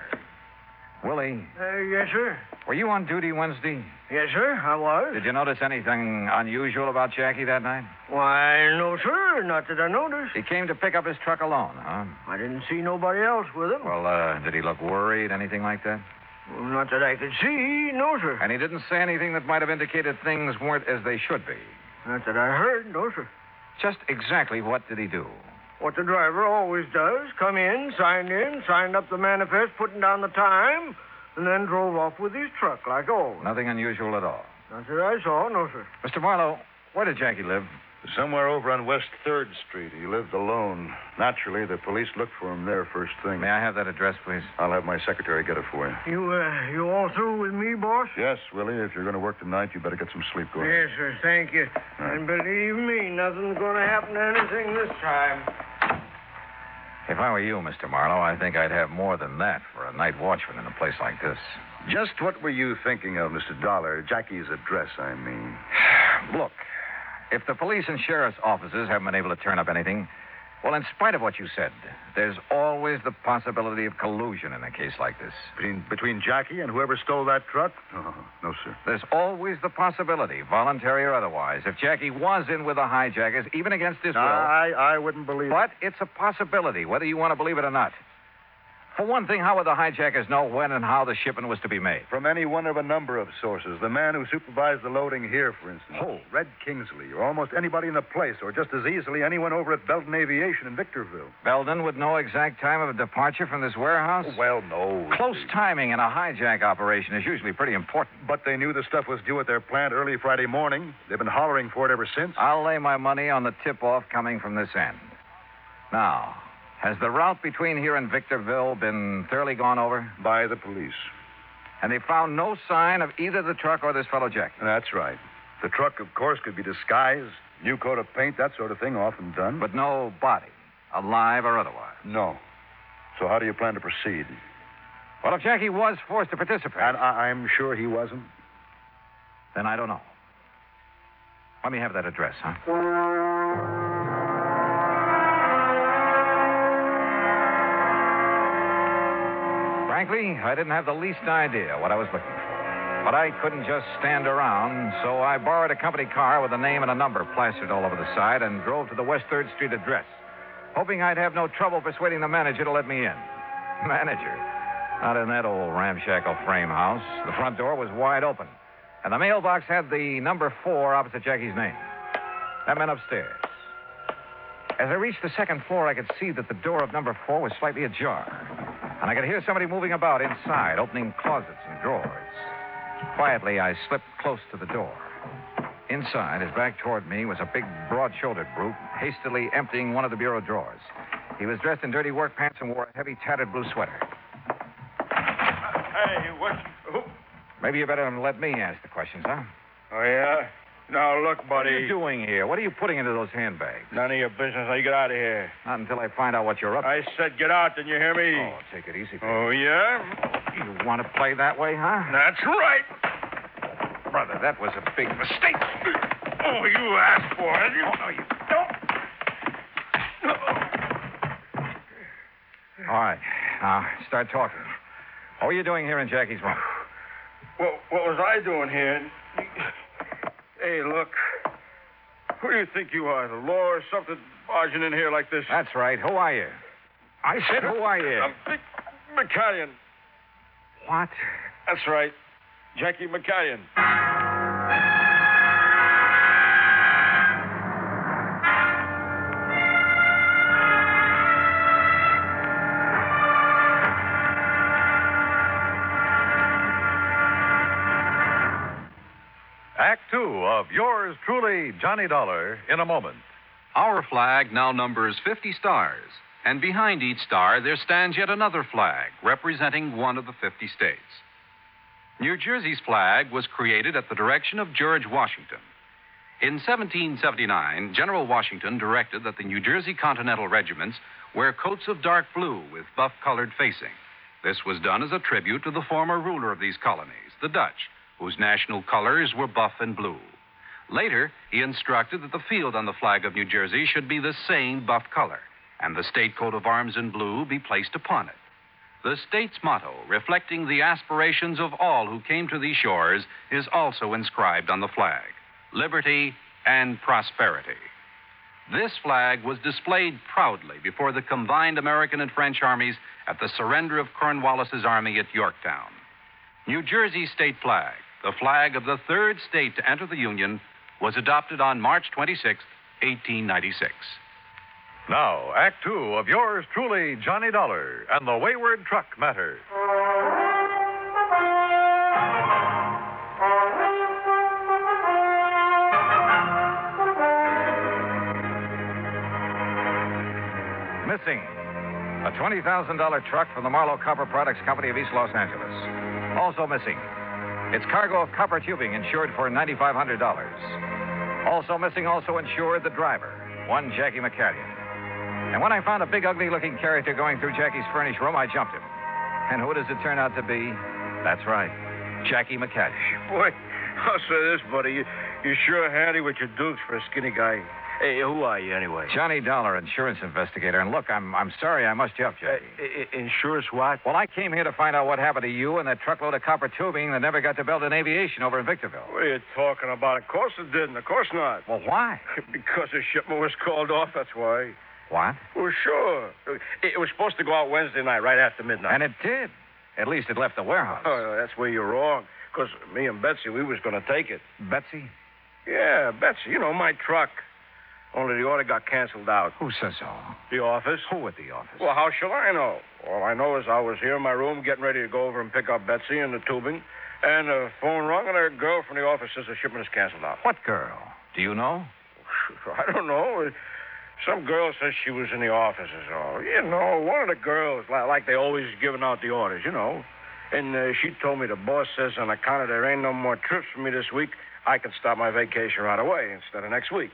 Speaker 2: Willie,
Speaker 4: Uh, yes, sir.
Speaker 2: were you on duty Wednesday?
Speaker 4: Yes, sir, I was.
Speaker 2: Did you notice anything unusual about Jackie that night?
Speaker 4: Why, no, sir, not that I noticed.
Speaker 2: He came to pick up his truck alone, huh?
Speaker 4: I didn't see nobody else with him.
Speaker 2: Well, uh, did he look worried, anything like that?
Speaker 4: Well, not that I could see, no, sir.
Speaker 2: And he didn't say anything that might have indicated things weren't as they should be.
Speaker 4: Not that I heard, no, sir.
Speaker 2: Just exactly what did he do?
Speaker 4: What the driver always does come in, signed in, signed up the manifest, putting down the time, and then drove off with his truck like always.
Speaker 2: Nothing unusual at all.
Speaker 4: Not that I saw, no, sir.
Speaker 2: Mr. Marlowe, where did Jackie live?
Speaker 14: Somewhere over on West 3rd Street. He lived alone. Naturally, the police looked for him there first thing.
Speaker 2: May I have that address, please?
Speaker 14: I'll have my secretary get it for you.
Speaker 4: You, uh, you all through with me, boss?
Speaker 14: Yes, Willie, if you're going to work tonight, you better get some sleep. Go ahead.
Speaker 4: Yes, sir, thank you. And believe me, nothing's going to happen to anything this time.
Speaker 2: If I were you, Mr. Marlowe, I think I'd have more than that for a night watchman in a place like this.
Speaker 14: Just what were you thinking of, Mr. Dollar? Jackie's address, I mean.
Speaker 2: [SIGHS] Look, if the police and sheriff's offices haven't been able to turn up anything, well, in spite of what you said, there's always the possibility of collusion in a case like this.
Speaker 14: Between, between Jackie and whoever stole that truck? Oh, no, sir.
Speaker 2: There's always the possibility, voluntary or otherwise, if Jackie was in with the hijackers, even against his will.
Speaker 14: I, I wouldn't believe
Speaker 2: But it's a possibility, whether you want to believe it or not. For one thing, how would the hijackers know when and how the shipment was to be made?
Speaker 14: From any one of a number of sources. The man who supervised the loading here, for instance. Oh, Red Kingsley, or almost anybody in the place, or just as easily anyone over at Belton Aviation in Victorville.
Speaker 2: Belden would know exact time of departure from this warehouse?
Speaker 14: Well, no.
Speaker 2: Close timing in a hijack operation is usually pretty important.
Speaker 14: But they knew the stuff was due at their plant early Friday morning. They've been hollering for it ever since.
Speaker 2: I'll lay my money on the tip off coming from this end. Now, has the route between here and Victorville been thoroughly gone over?
Speaker 14: By the police.
Speaker 2: And they found no sign of either the truck or this fellow Jack.
Speaker 14: That's right. The truck, of course, could be disguised. New coat of paint, that sort of thing, often done.
Speaker 2: But no body, alive or otherwise.
Speaker 14: No. So how do you plan to proceed?
Speaker 2: Well, if Jackie was forced to participate.
Speaker 14: And I, I'm sure he wasn't.
Speaker 2: Then I don't know. Let me have that address, huh? Frankly, I didn't have the least idea what I was looking for. But I couldn't just stand around, so I borrowed a company car with a name and a number plastered all over the side and drove to the West 3rd Street address, hoping I'd have no trouble persuading the manager to let me in. Manager? Not in that old ramshackle frame house. The front door was wide open. And the mailbox had the number four opposite Jackie's name. That meant upstairs. As I reached the second floor, I could see that the door of number four was slightly ajar. And I could hear somebody moving about inside, opening closets and drawers. Quietly, I slipped close to the door. Inside, his back toward me, was a big, broad shouldered brute, hastily emptying one of the bureau drawers. He was dressed in dirty work pants and wore a heavy, tattered blue sweater.
Speaker 16: Hey, what?
Speaker 2: Maybe you better let me ask the questions, huh?
Speaker 16: Oh, yeah? Now, look,
Speaker 2: What are
Speaker 16: buddy.
Speaker 2: you doing here? What are you putting into those handbags?
Speaker 16: None of your business. I get out of here.
Speaker 2: Not until I find out what you're up to.
Speaker 16: I said get out. Didn't you hear me?
Speaker 2: Oh, take it easy.
Speaker 16: Oh, yeah?
Speaker 2: You want to play that way, huh?
Speaker 16: That's right.
Speaker 2: Brother, that was a big mistake.
Speaker 16: Oh, you asked for it. You...
Speaker 2: Oh, no, you All right. Now, start talking. What were you doing here in Jackie's room?
Speaker 16: Well, what was I doing here? Hey, look. Who do you think you are? The law or something? Barging in here like this?
Speaker 2: That's right. Who are you? I said, who are you?
Speaker 16: I'm Dick McCallion.
Speaker 2: What?
Speaker 16: That's right. Jackie McCallion.
Speaker 13: Act two of yours truly, Johnny Dollar, in a moment. Our flag now numbers 50 stars, and behind each star there stands yet another flag representing one of the 50 states. New Jersey's flag was created at the direction of George Washington. In 1779, General Washington directed that the New Jersey Continental Regiments wear coats of dark blue with buff colored facing. This was done as a tribute to the former ruler of these colonies, the Dutch, whose national colors were buff and blue. Later, he instructed that the field on the flag of New Jersey should be the same buff color, and the state coat of arms in blue be placed upon it. The state's motto, reflecting the aspirations of all who came to these shores, is also inscribed on the flag liberty and prosperity. This flag was displayed proudly before the combined American and French armies at the surrender of Cornwallis's army at Yorktown. New Jersey's state flag, the flag of the third state to enter the Union, was adopted on March 26, 1896.
Speaker 8: Now, Act Two of yours truly, Johnny Dollar and the Wayward Truck Matter.
Speaker 2: Missing. A $20,000 truck from the Marlow Copper Products Company of East Los Angeles. Also missing. Its cargo of copper tubing insured for $9,500. Also missing, also insured the driver, one Jackie McCallion. And when I found a big, ugly looking character going through Jackie's furnished room, I jumped him. And who does it turn out to be? That's right, Jackie McCallion.
Speaker 14: Boy, I'll say this, buddy. You, you sure handy with your dukes for a skinny guy. Hey, who are you anyway?
Speaker 2: Johnny Dollar, insurance investigator. And look, I'm, I'm sorry I must help you.
Speaker 14: Uh, insurance what?
Speaker 2: Well, I came here to find out what happened to you and that truckload of copper tubing that never got to Belden Aviation over in Victorville.
Speaker 14: What are you talking about? Of course it didn't. Of course not.
Speaker 2: Well, why?
Speaker 14: [LAUGHS] Because the shipment was called off, that's why.
Speaker 2: What?
Speaker 14: Well, sure. It it was supposed to go out Wednesday night, right after midnight.
Speaker 2: And it did. At least it left the warehouse.
Speaker 14: Oh, that's where you're wrong. Because me and Betsy, we was going to take it.
Speaker 2: Betsy?
Speaker 14: Yeah, Betsy. You know, my truck. Only the order got canceled out.
Speaker 2: Who says so?
Speaker 14: The office.
Speaker 2: Who at the office?
Speaker 14: Well, how shall I know? All I know is I was here in my room getting ready to go over and pick up Betsy and the tubing. And the phone rung, and her girl from the office says the shipment is canceled out.
Speaker 2: What girl? Do you know?
Speaker 14: [LAUGHS] I don't know. Some girl says she was in the office or so. You know, one of the girls, like, like they always giving out the orders, you know. And uh, she told me the boss says on account of there ain't no more trips for me this week, I can start my vacation right away instead of next week.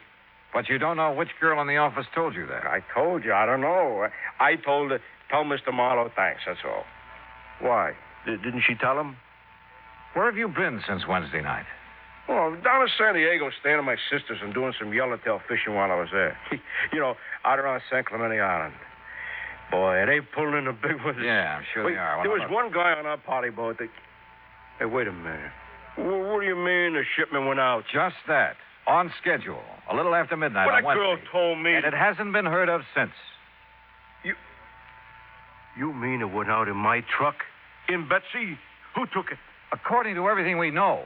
Speaker 2: But you don't know which girl in the office told you that.
Speaker 14: I told you, I don't know. I told her, tell Mr. Marlowe thanks, that's all. Why? D- didn't she tell him?
Speaker 2: Where have you been since Wednesday night?
Speaker 14: Well, down in San Diego, staying at my sister's and doing some yellowtail fishing while I was there. [LAUGHS] you know, out around San Clemente Island. Boy, they pulling in the big ones.
Speaker 2: Yeah, I'm sure
Speaker 14: Wait,
Speaker 2: they are. Well,
Speaker 14: There was
Speaker 2: now, look.
Speaker 14: one guy on our party boat that. Hey, wait a minute. Wh- what do you mean the shipment went out?
Speaker 2: Just that. On schedule. A little after midnight
Speaker 14: But
Speaker 2: on
Speaker 14: a girl
Speaker 2: Wednesday.
Speaker 14: told me.
Speaker 2: And it hasn't been heard of since.
Speaker 14: You mean it went out in my truck? In Betsy? Who took it?
Speaker 2: According to everything we know,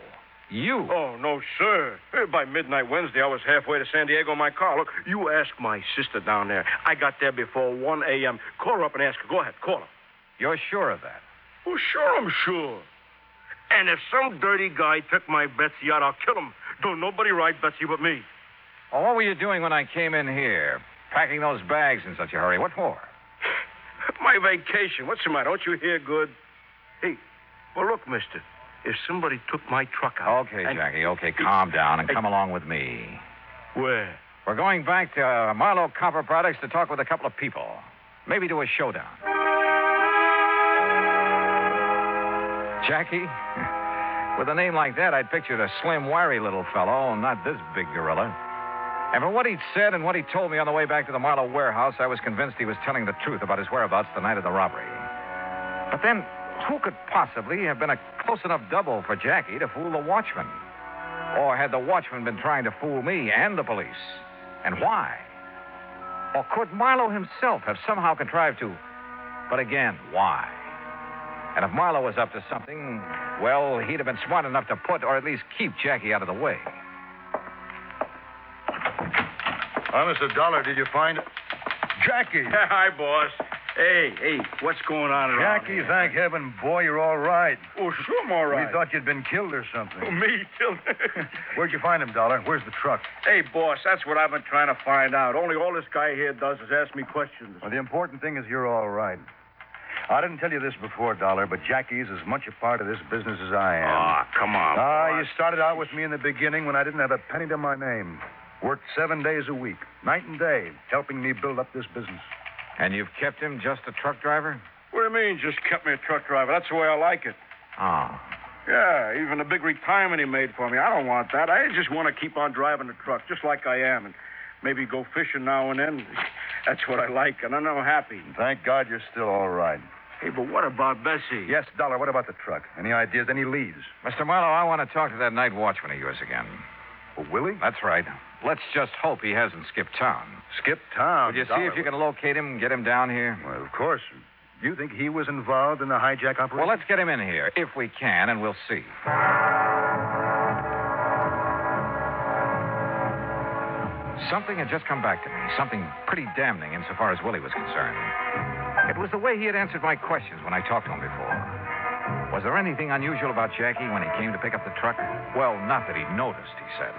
Speaker 2: you.
Speaker 14: Oh, no, sir. Eh, By midnight Wednesday, I was halfway to San Diego in my car. Look, you ask my sister down there. I got there before 1 a.m. Call her up and ask her. Go ahead, call her.
Speaker 2: You're sure of that?
Speaker 14: Oh, sure, I'm sure. And if some dirty guy took my Betsy out, I'll kill him. Don't nobody ride Betsy but me.
Speaker 2: Well, Oh, what were you doing when I came in here? Packing those bags in such a hurry. What for?
Speaker 14: My vacation. What's the matter? Don't you hear good? Hey, well, look, mister. If somebody took my truck out.
Speaker 2: Okay,
Speaker 14: and-
Speaker 2: Jackie, okay, calm down and
Speaker 14: Hey.
Speaker 2: come along with me.
Speaker 14: Where?
Speaker 2: We're going back to uh, Marlow Copper Products to talk with a couple of people. Maybe do a showdown. Jackie? [LAUGHS] With a name like that, I'd pictured a slim, wiry little fellow, not this big gorilla. And from what he'd said and what he told me on the way back to the Marlow warehouse, I was convinced he was telling the truth about his whereabouts the night of the robbery. But then, who could possibly have been a close enough double for Jackie to fool the watchman? Or had the watchman been trying to fool me and the police? And why? Or could Marlowe himself have somehow contrived to? But again, why? And if Marlowe was up to something, well, he'd have been smart enough to put or at least keep Jackie out of the way.
Speaker 17: Honest, a dollar, did you find it? Jackie!
Speaker 14: [LAUGHS] Hi, boss. Hey, hey, what's going on around
Speaker 17: Jackie, thank heaven, boy, you're all right.
Speaker 14: Oh, sure I'm all right.
Speaker 17: We thought you'd been killed or something.
Speaker 14: Oh, me, too.
Speaker 17: [LAUGHS] Where'd you find him, Dollar? Where's the truck?
Speaker 14: hey, boss, that's what I've been trying to find out. Only all this guy here does is ask me questions.
Speaker 17: Well, the important thing is you're all right. I didn't tell you this before, Dollar, but Jackie's as much a part of this business as I am.
Speaker 14: Ah, come on.
Speaker 17: Ah, you
Speaker 14: boss.
Speaker 17: started out with me in the beginning when I didn't have a penny to my name. Worked seven days a week, night and day, helping me build up this business.
Speaker 2: And you've kept him just a truck driver?
Speaker 14: What do you mean, just kept me a truck driver? That's the way I like it.
Speaker 2: Oh.
Speaker 14: Yeah, even the big retirement he made for me. I don't want that. I just want to keep on driving the truck, just like I am, and maybe go [LAUGHS] fishing now and then. That's what I like, and I'm happy.
Speaker 17: Thank God you're still all right.
Speaker 18: Hey, but what about Bessie?
Speaker 14: Yes, Dollar, what about the truck? Any ideas, any leads?
Speaker 2: Mr. Marlowe, I want to talk to that night watchman of yours again.
Speaker 14: Willie?
Speaker 2: That's right. Let's just hope he hasn't skipped town.
Speaker 14: Skipped town?
Speaker 2: Would you see
Speaker 14: Dollar,
Speaker 2: if you can locate him and get him down here?
Speaker 14: Well, of course. Do you think he was involved in the hijack operation?
Speaker 2: Well, let's get him in here, if we can, and we'll see. Something had just come back to me, something pretty damning insofar as Willie was concerned. It was the way he had answered my questions when I talked to him before. Was there anything unusual about Jackie when he came to pick up the truck? Well, not that he noticed, he said.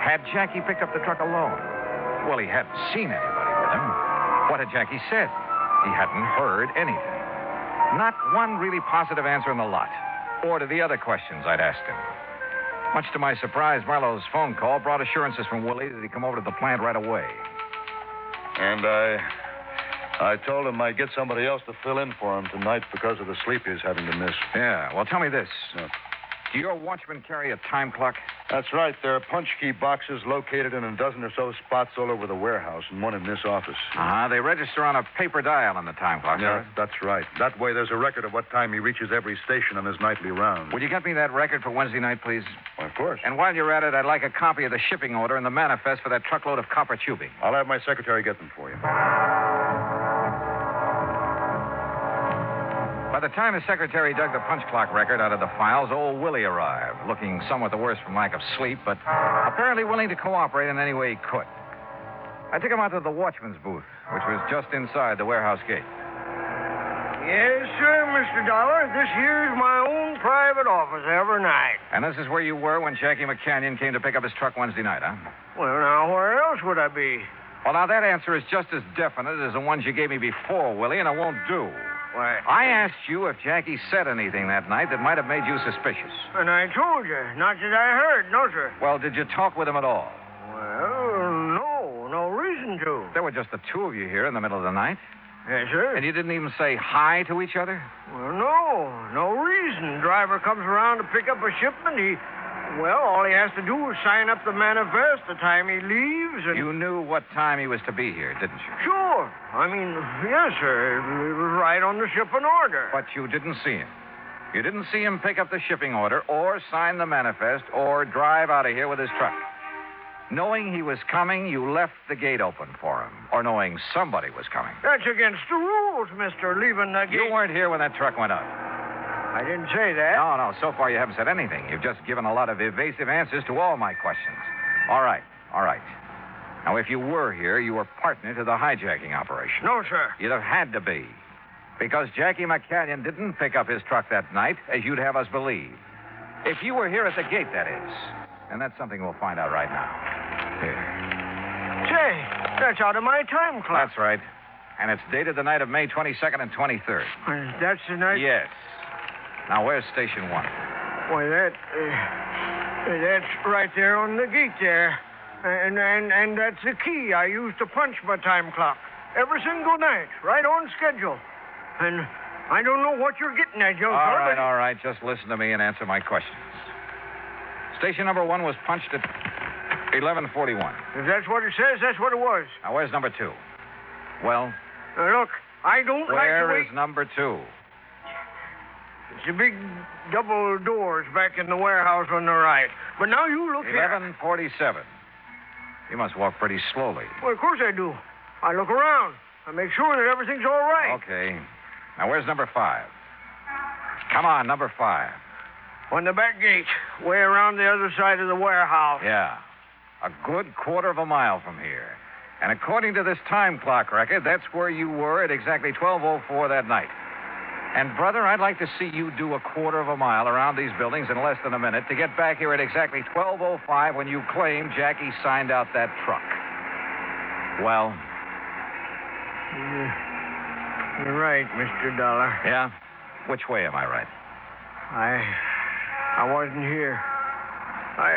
Speaker 2: Had Jackie picked up the truck alone? Well, he hadn't seen anybody with him. What had Jackie said? He hadn't heard anything. Not one really positive answer in the lot, or to the other questions I'd asked him. Much to my surprise, Marlowe's phone call brought assurances from Willie that he'd come over to the plant right away.
Speaker 14: And I. I told him I'd get somebody else to fill in for him tonight because of the sleep he's having to miss.
Speaker 2: Yeah, well, tell me this. Do your watchmen carry a time clock?
Speaker 14: That's right. There are punch key boxes located in a dozen or so spots all over the warehouse, and one in this office.
Speaker 2: Uh-huh. They register on a paper dial on the time clock.
Speaker 14: Yeah, that's right. That way there's a record of what time he reaches every station on his nightly round.
Speaker 2: Would you get me that record for Wednesday night, please?
Speaker 14: Why, of course.
Speaker 2: And while you're at it, I'd like a copy of the shipping order and the manifest for that truckload of copper tubing.
Speaker 14: I'll have my secretary get them for you.
Speaker 2: By the time his secretary dug the punch clock record out of the files, old Willie arrived, looking somewhat the worse from lack of sleep, but apparently willing to cooperate in any way he could. I took him out to the watchman's booth, which was just inside the warehouse gate.
Speaker 4: Yes, sir, Mr. Dollar. This here's my own private office every night.
Speaker 2: And this is where you were when Jackie McCanyon came to pick up his truck Wednesday night, huh?
Speaker 4: Well, now, where else would I be?
Speaker 2: Well, now that answer is just as definite as the ones you gave me before, Willie, and it won't do.
Speaker 4: Why?
Speaker 2: I asked you if Jackie said anything that night that might have made you suspicious.
Speaker 4: And I told you. Not that I heard, no, sir.
Speaker 2: Well, did you talk with him at all?
Speaker 4: Well, no. No reason to.
Speaker 2: There were just the two of you here in the middle of the night.
Speaker 4: Yes, sir.
Speaker 2: And you didn't even say hi to each other?
Speaker 4: Well, no. No reason. Driver comes around to pick up a shipment. He. Well, all he has to do is sign up the manifest the time he leaves and.
Speaker 2: You knew what time he was to be here, didn't you?
Speaker 4: Sure. I mean, yes, sir. It was right on the shipping order.
Speaker 2: But you didn't see him. You didn't see him pick up the shipping order or sign the manifest or drive out of here with his truck. Knowing he was coming, you left the gate open for him, or knowing somebody was coming.
Speaker 4: That's against the rules, Mister. Leaving the
Speaker 2: You
Speaker 4: gate.
Speaker 2: weren't here when that truck went up.
Speaker 4: I didn't say that.
Speaker 2: No, no. So far, you haven't said anything. You've just given a lot of evasive answers to all my questions. All right, all right. Now, if you were here, you were partner to the hijacking operation.
Speaker 4: No, sir.
Speaker 2: You'd have had to be. Because Jackie McCallion didn't pick up his truck that night, as you'd have us believe. If you were here at the gate, that is. And that's something we'll find out right now. Here.
Speaker 4: Say, that's out of my time clock.
Speaker 2: That's right. And it's dated the night of May 22nd and 23rd.
Speaker 4: That's, the night.
Speaker 2: Yes. Now, where's Station 1?
Speaker 4: Why, that. Uh, that's right there on the gate there. And, and, and that's the key I use to punch my time clock. Every single night, right on schedule. And I don't know what you're getting at, young
Speaker 2: All
Speaker 4: fellow,
Speaker 2: right, all right. Just listen to me and answer my questions. Station number one was punched at 1141.
Speaker 4: but if that's what it says, that's what it was.
Speaker 2: Now, where's number two? Well,
Speaker 4: Uh, look, I don't like the
Speaker 2: where
Speaker 4: way
Speaker 2: is number two?
Speaker 4: It's the big double doors back in the warehouse on the right. But now you look here.
Speaker 2: 1147. You must walk pretty slowly.
Speaker 4: Well, of course I do. I look around. I make sure that everything's all right.
Speaker 2: Okay. Now, where's number five? Come on, number five.
Speaker 4: On the back gate, way around the other side of the warehouse.
Speaker 2: Yeah. A good quarter of a mile from here. And according to this time clock record, that's where you were at exactly 1204 that night. And, brother, I'd like to see you do a quarter of a mile around these buildings in less than a minute to get back here at exactly 1205 when you claim Jackie signed out that truck. Well,
Speaker 4: You're right, Mr. Dollar.
Speaker 2: yeah? Which way am I right?
Speaker 4: I. I wasn't here. I.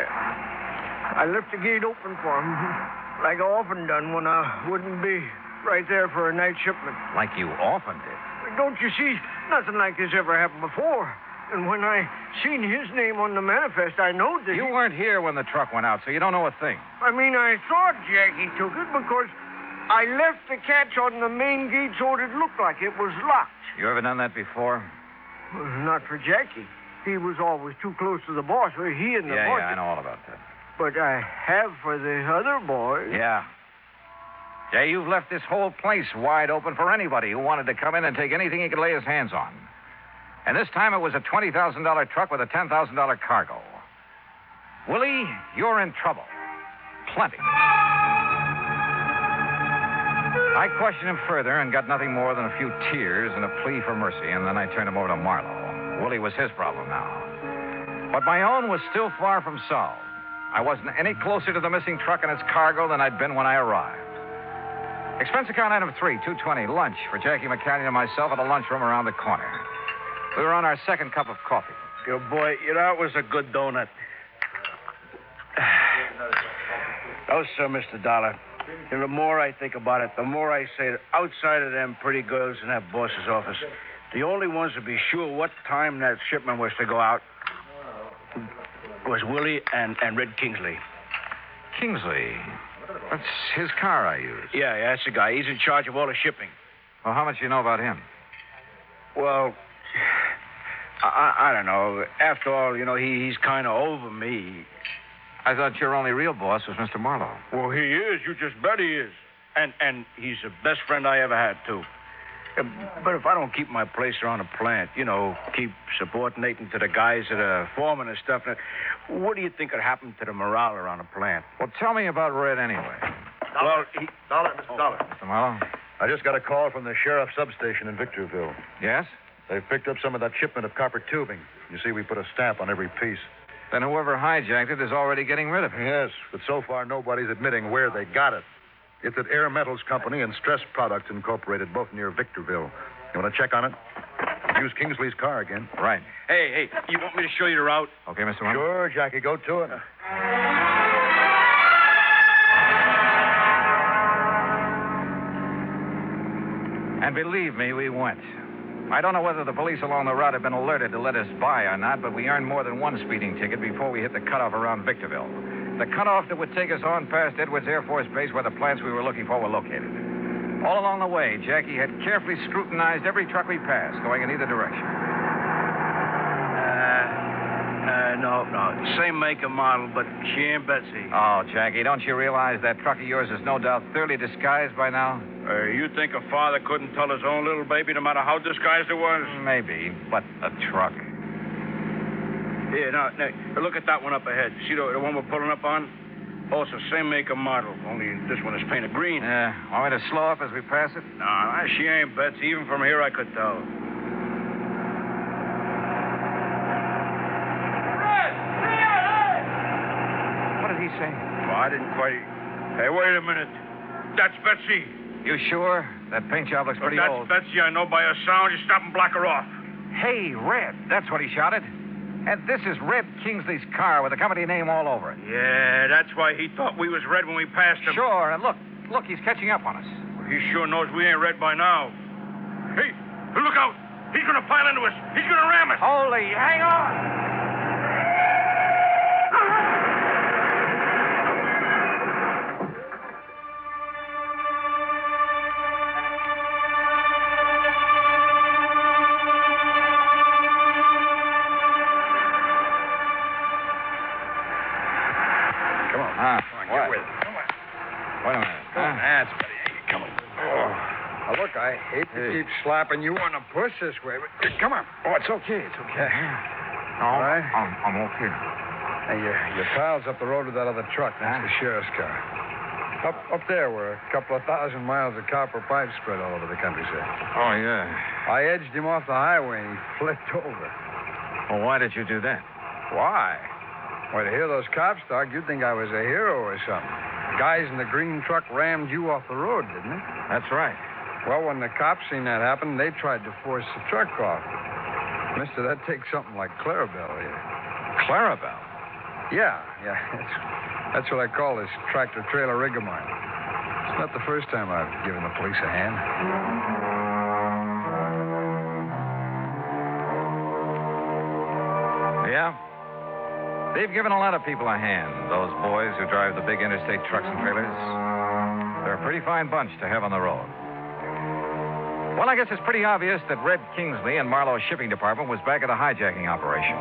Speaker 4: I left the gate open for him, [LAUGHS] like I often done when I wouldn't be right there for a night shipment.
Speaker 2: Like you often did.
Speaker 4: Don't you see? Nothing like this ever happened before. And when I seen his name on the manifest, I knowed that.
Speaker 2: You
Speaker 4: he-
Speaker 2: weren't here when the truck went out, so you don't know a thing.
Speaker 4: I mean, I thought Jackie took it because I left the catch on the main gate so it looked like it was locked.
Speaker 2: You ever done that before?
Speaker 4: Not for Jackie. He was always too close to the boss. Well, he and the
Speaker 2: yeah,
Speaker 4: boy.
Speaker 2: yeah, I know all about that.
Speaker 4: But I have for the other boy.
Speaker 2: Yeah. Yeah, you've left this whole place wide open for anybody who wanted to come in and take anything he could lay his hands on. And this time it was a $20,000 truck with a $10,000 cargo. Willie, you're in trouble. Plenty. I questioned him further and got nothing more than a few tears and a plea for mercy, and then I turned him over to Marlowe. Willie was his problem now. But my own was still far from solved. I wasn't any closer to the missing truck and its cargo than I'd been when I arrived. Expense account item three, 220, lunch for Jackie McCann and myself at a lunchroom around the corner. We were on our second cup of coffee.
Speaker 14: Good boy. You know, it was a good donut. Oh, sir, Mr. Dollar. You know, the more I think about it, the more I say that outside of them pretty girls in that boss's office, the only ones to be sure what time that shipment was to go out was Willie and, and Red Kingsley.
Speaker 2: Kingsley? That's his car I used.
Speaker 14: Yeah, yeah, that's the guy. He's in charge of all the shipping.
Speaker 2: Well, how much do you know about him?
Speaker 14: Well, [SIGHS] I, I, I don't know. After all, you know, he, he's kind of over me.
Speaker 2: I thought your only real boss was Mr. Marlowe.
Speaker 14: Well, he is. You just bet he is. And and he's the best friend I ever had too. Uh, But if I don't keep my place around the plant, you know, keep subordinating to the guys that are foremen and stuff, uh, what do you think would happen to the morale around the plant?
Speaker 2: Well, tell me about Red anyway.
Speaker 14: Well,
Speaker 8: Dollar, Mr. Dollar.
Speaker 2: Mr. Marlowe?
Speaker 8: I just got a call from the sheriff's substation in Victorville.
Speaker 2: Yes?
Speaker 8: They've picked up some of that shipment of copper tubing. You see, we put a stamp on every piece.
Speaker 2: Then whoever hijacked it is already getting rid of it.
Speaker 8: Yes, but so far nobody's admitting where they got it. It's at Air Metals Company and Stress Products Incorporated, both near Victorville. You want to check on it? Use Kingsley's car again.
Speaker 2: Right.
Speaker 14: Hey, hey, you want me to show you the route?
Speaker 2: Okay, Mr.
Speaker 8: Marlowe. Sure, Jackie, go to it.
Speaker 2: And believe me, we went. I don't know whether the police along the route had been alerted to let us by or not, but we earned more than one speeding ticket before we hit the cutoff around Victorville. The cutoff that would take us on past Edwards Air Force Base where the plants we were looking for were located. All along the way, Jackie had carefully scrutinized every truck we passed, going in either direction.
Speaker 14: Uh, no, no. Same make and model, but she ain't Betsy.
Speaker 2: Oh, Jackie, don't you realize that truck of yours is no doubt thoroughly disguised by now?
Speaker 14: Uh, you think a father couldn't tell his own little baby no matter how disguised it was?
Speaker 2: Maybe, but a truck.
Speaker 14: Yeah, no, no. Look at that one up ahead. See the, the one we're pulling up on? Also, same make and model, only this one is painted green.
Speaker 2: Yeah. Want me to slow up as we pass it?
Speaker 14: No, no, she ain't Betsy. Even from here, I could tell.
Speaker 2: What did he say?
Speaker 14: Well, I didn't quite. Hey, wait a minute. That's Betsy. Oh,
Speaker 2: You sure? That paint job looks pretty
Speaker 14: That's
Speaker 2: old.
Speaker 14: Betsy. I know by her sound. You stop and block her off.
Speaker 2: Hey, Red. That's what he shouted. And this is Red Kingsley's car with the company name all over it.
Speaker 14: Yeah, that's why he thought we was red when we passed him.
Speaker 2: Sure, and look, look, he's catching up on us.
Speaker 14: He sure knows we ain't red by now. Hey, look out! He's gonna pile into us. He's gonna ram us.
Speaker 2: Holy, hang on!
Speaker 14: Come on. Come
Speaker 2: Ah,
Speaker 14: on,
Speaker 2: what?
Speaker 14: get with it. Come on.
Speaker 2: Wait a minute.
Speaker 14: Come on. That's better. Hey, Come on. Oh. Now, look, I hate to keep slapping you on the push this way, but come on. Oh, it's okay. It's okay.
Speaker 2: All right? Uh, I'm, I'm okay.
Speaker 8: Hey, your, your pal's up the road with that other truck. That's the sheriff's car. Up, up there were a couple of thousand miles of copper pipe spread all over the countryside.
Speaker 2: Oh, yeah.
Speaker 8: I edged him off the highway and he [LAUGHS] flipped over.
Speaker 2: Well, why did you do that?
Speaker 8: Why? Why, to hear those cops talk, you'd think I was a hero or something. The guys in the green truck rammed you off the road, didn't they?
Speaker 2: That's right.
Speaker 8: Well, when the cops seen that happen, they tried to force the truck off. Mister, that takes something like Clarabelle here.
Speaker 2: Clarabelle?
Speaker 8: Yeah, yeah. [LAUGHS] That's, that's what I call this tractor trailer rig of mine. It's not the first time I've given the police a hand.
Speaker 2: Yeah? They've given a lot of people a hand, those boys who drive the big interstate trucks and trailers. They're a pretty fine bunch to have on the road. Well, I guess it's pretty obvious that Red Kingsley and Marlowe's shipping department was back at the hijacking operation.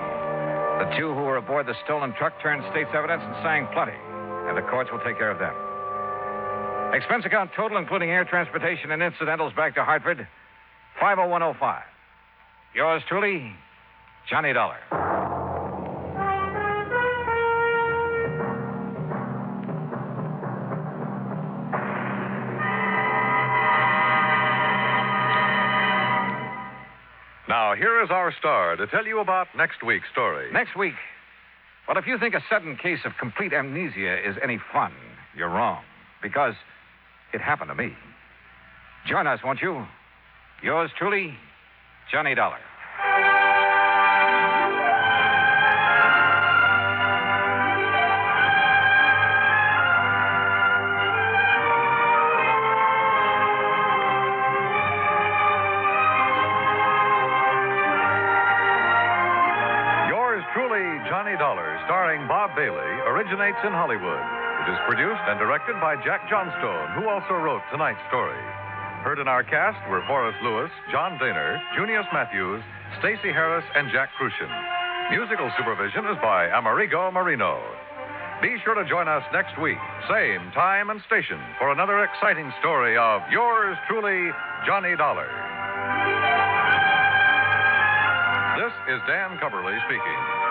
Speaker 2: The two who were aboard the stolen truck turned state's evidence and sang plenty, and the courts will take care of them. Expense account total, including air transportation and incidentals back to Hartford, 50105. Yours truly, Johnny Dollar.
Speaker 8: Now, here is our star to tell you about next week's story.
Speaker 2: Next week. Well, if you think a sudden case of complete amnesia is any fun, you're wrong. Because it happened to me. Join us, won't you? Yours truly, Johnny Dollar.
Speaker 8: Yours truly, Johnny Dollar, starring Bob Bailey, originates in Hollywood. It is produced and directed by Jack Johnstone, who also wrote tonight's story. Heard in our cast were Forrest Lewis, John Daner, Junius Matthews, Stacy Harris, and Jack Crucian. Musical supervision is by Amerigo Marino. Be sure to join us next week, same time and station, for another exciting story of yours truly, Johnny Dollar. This is Dan Cumberly speaking.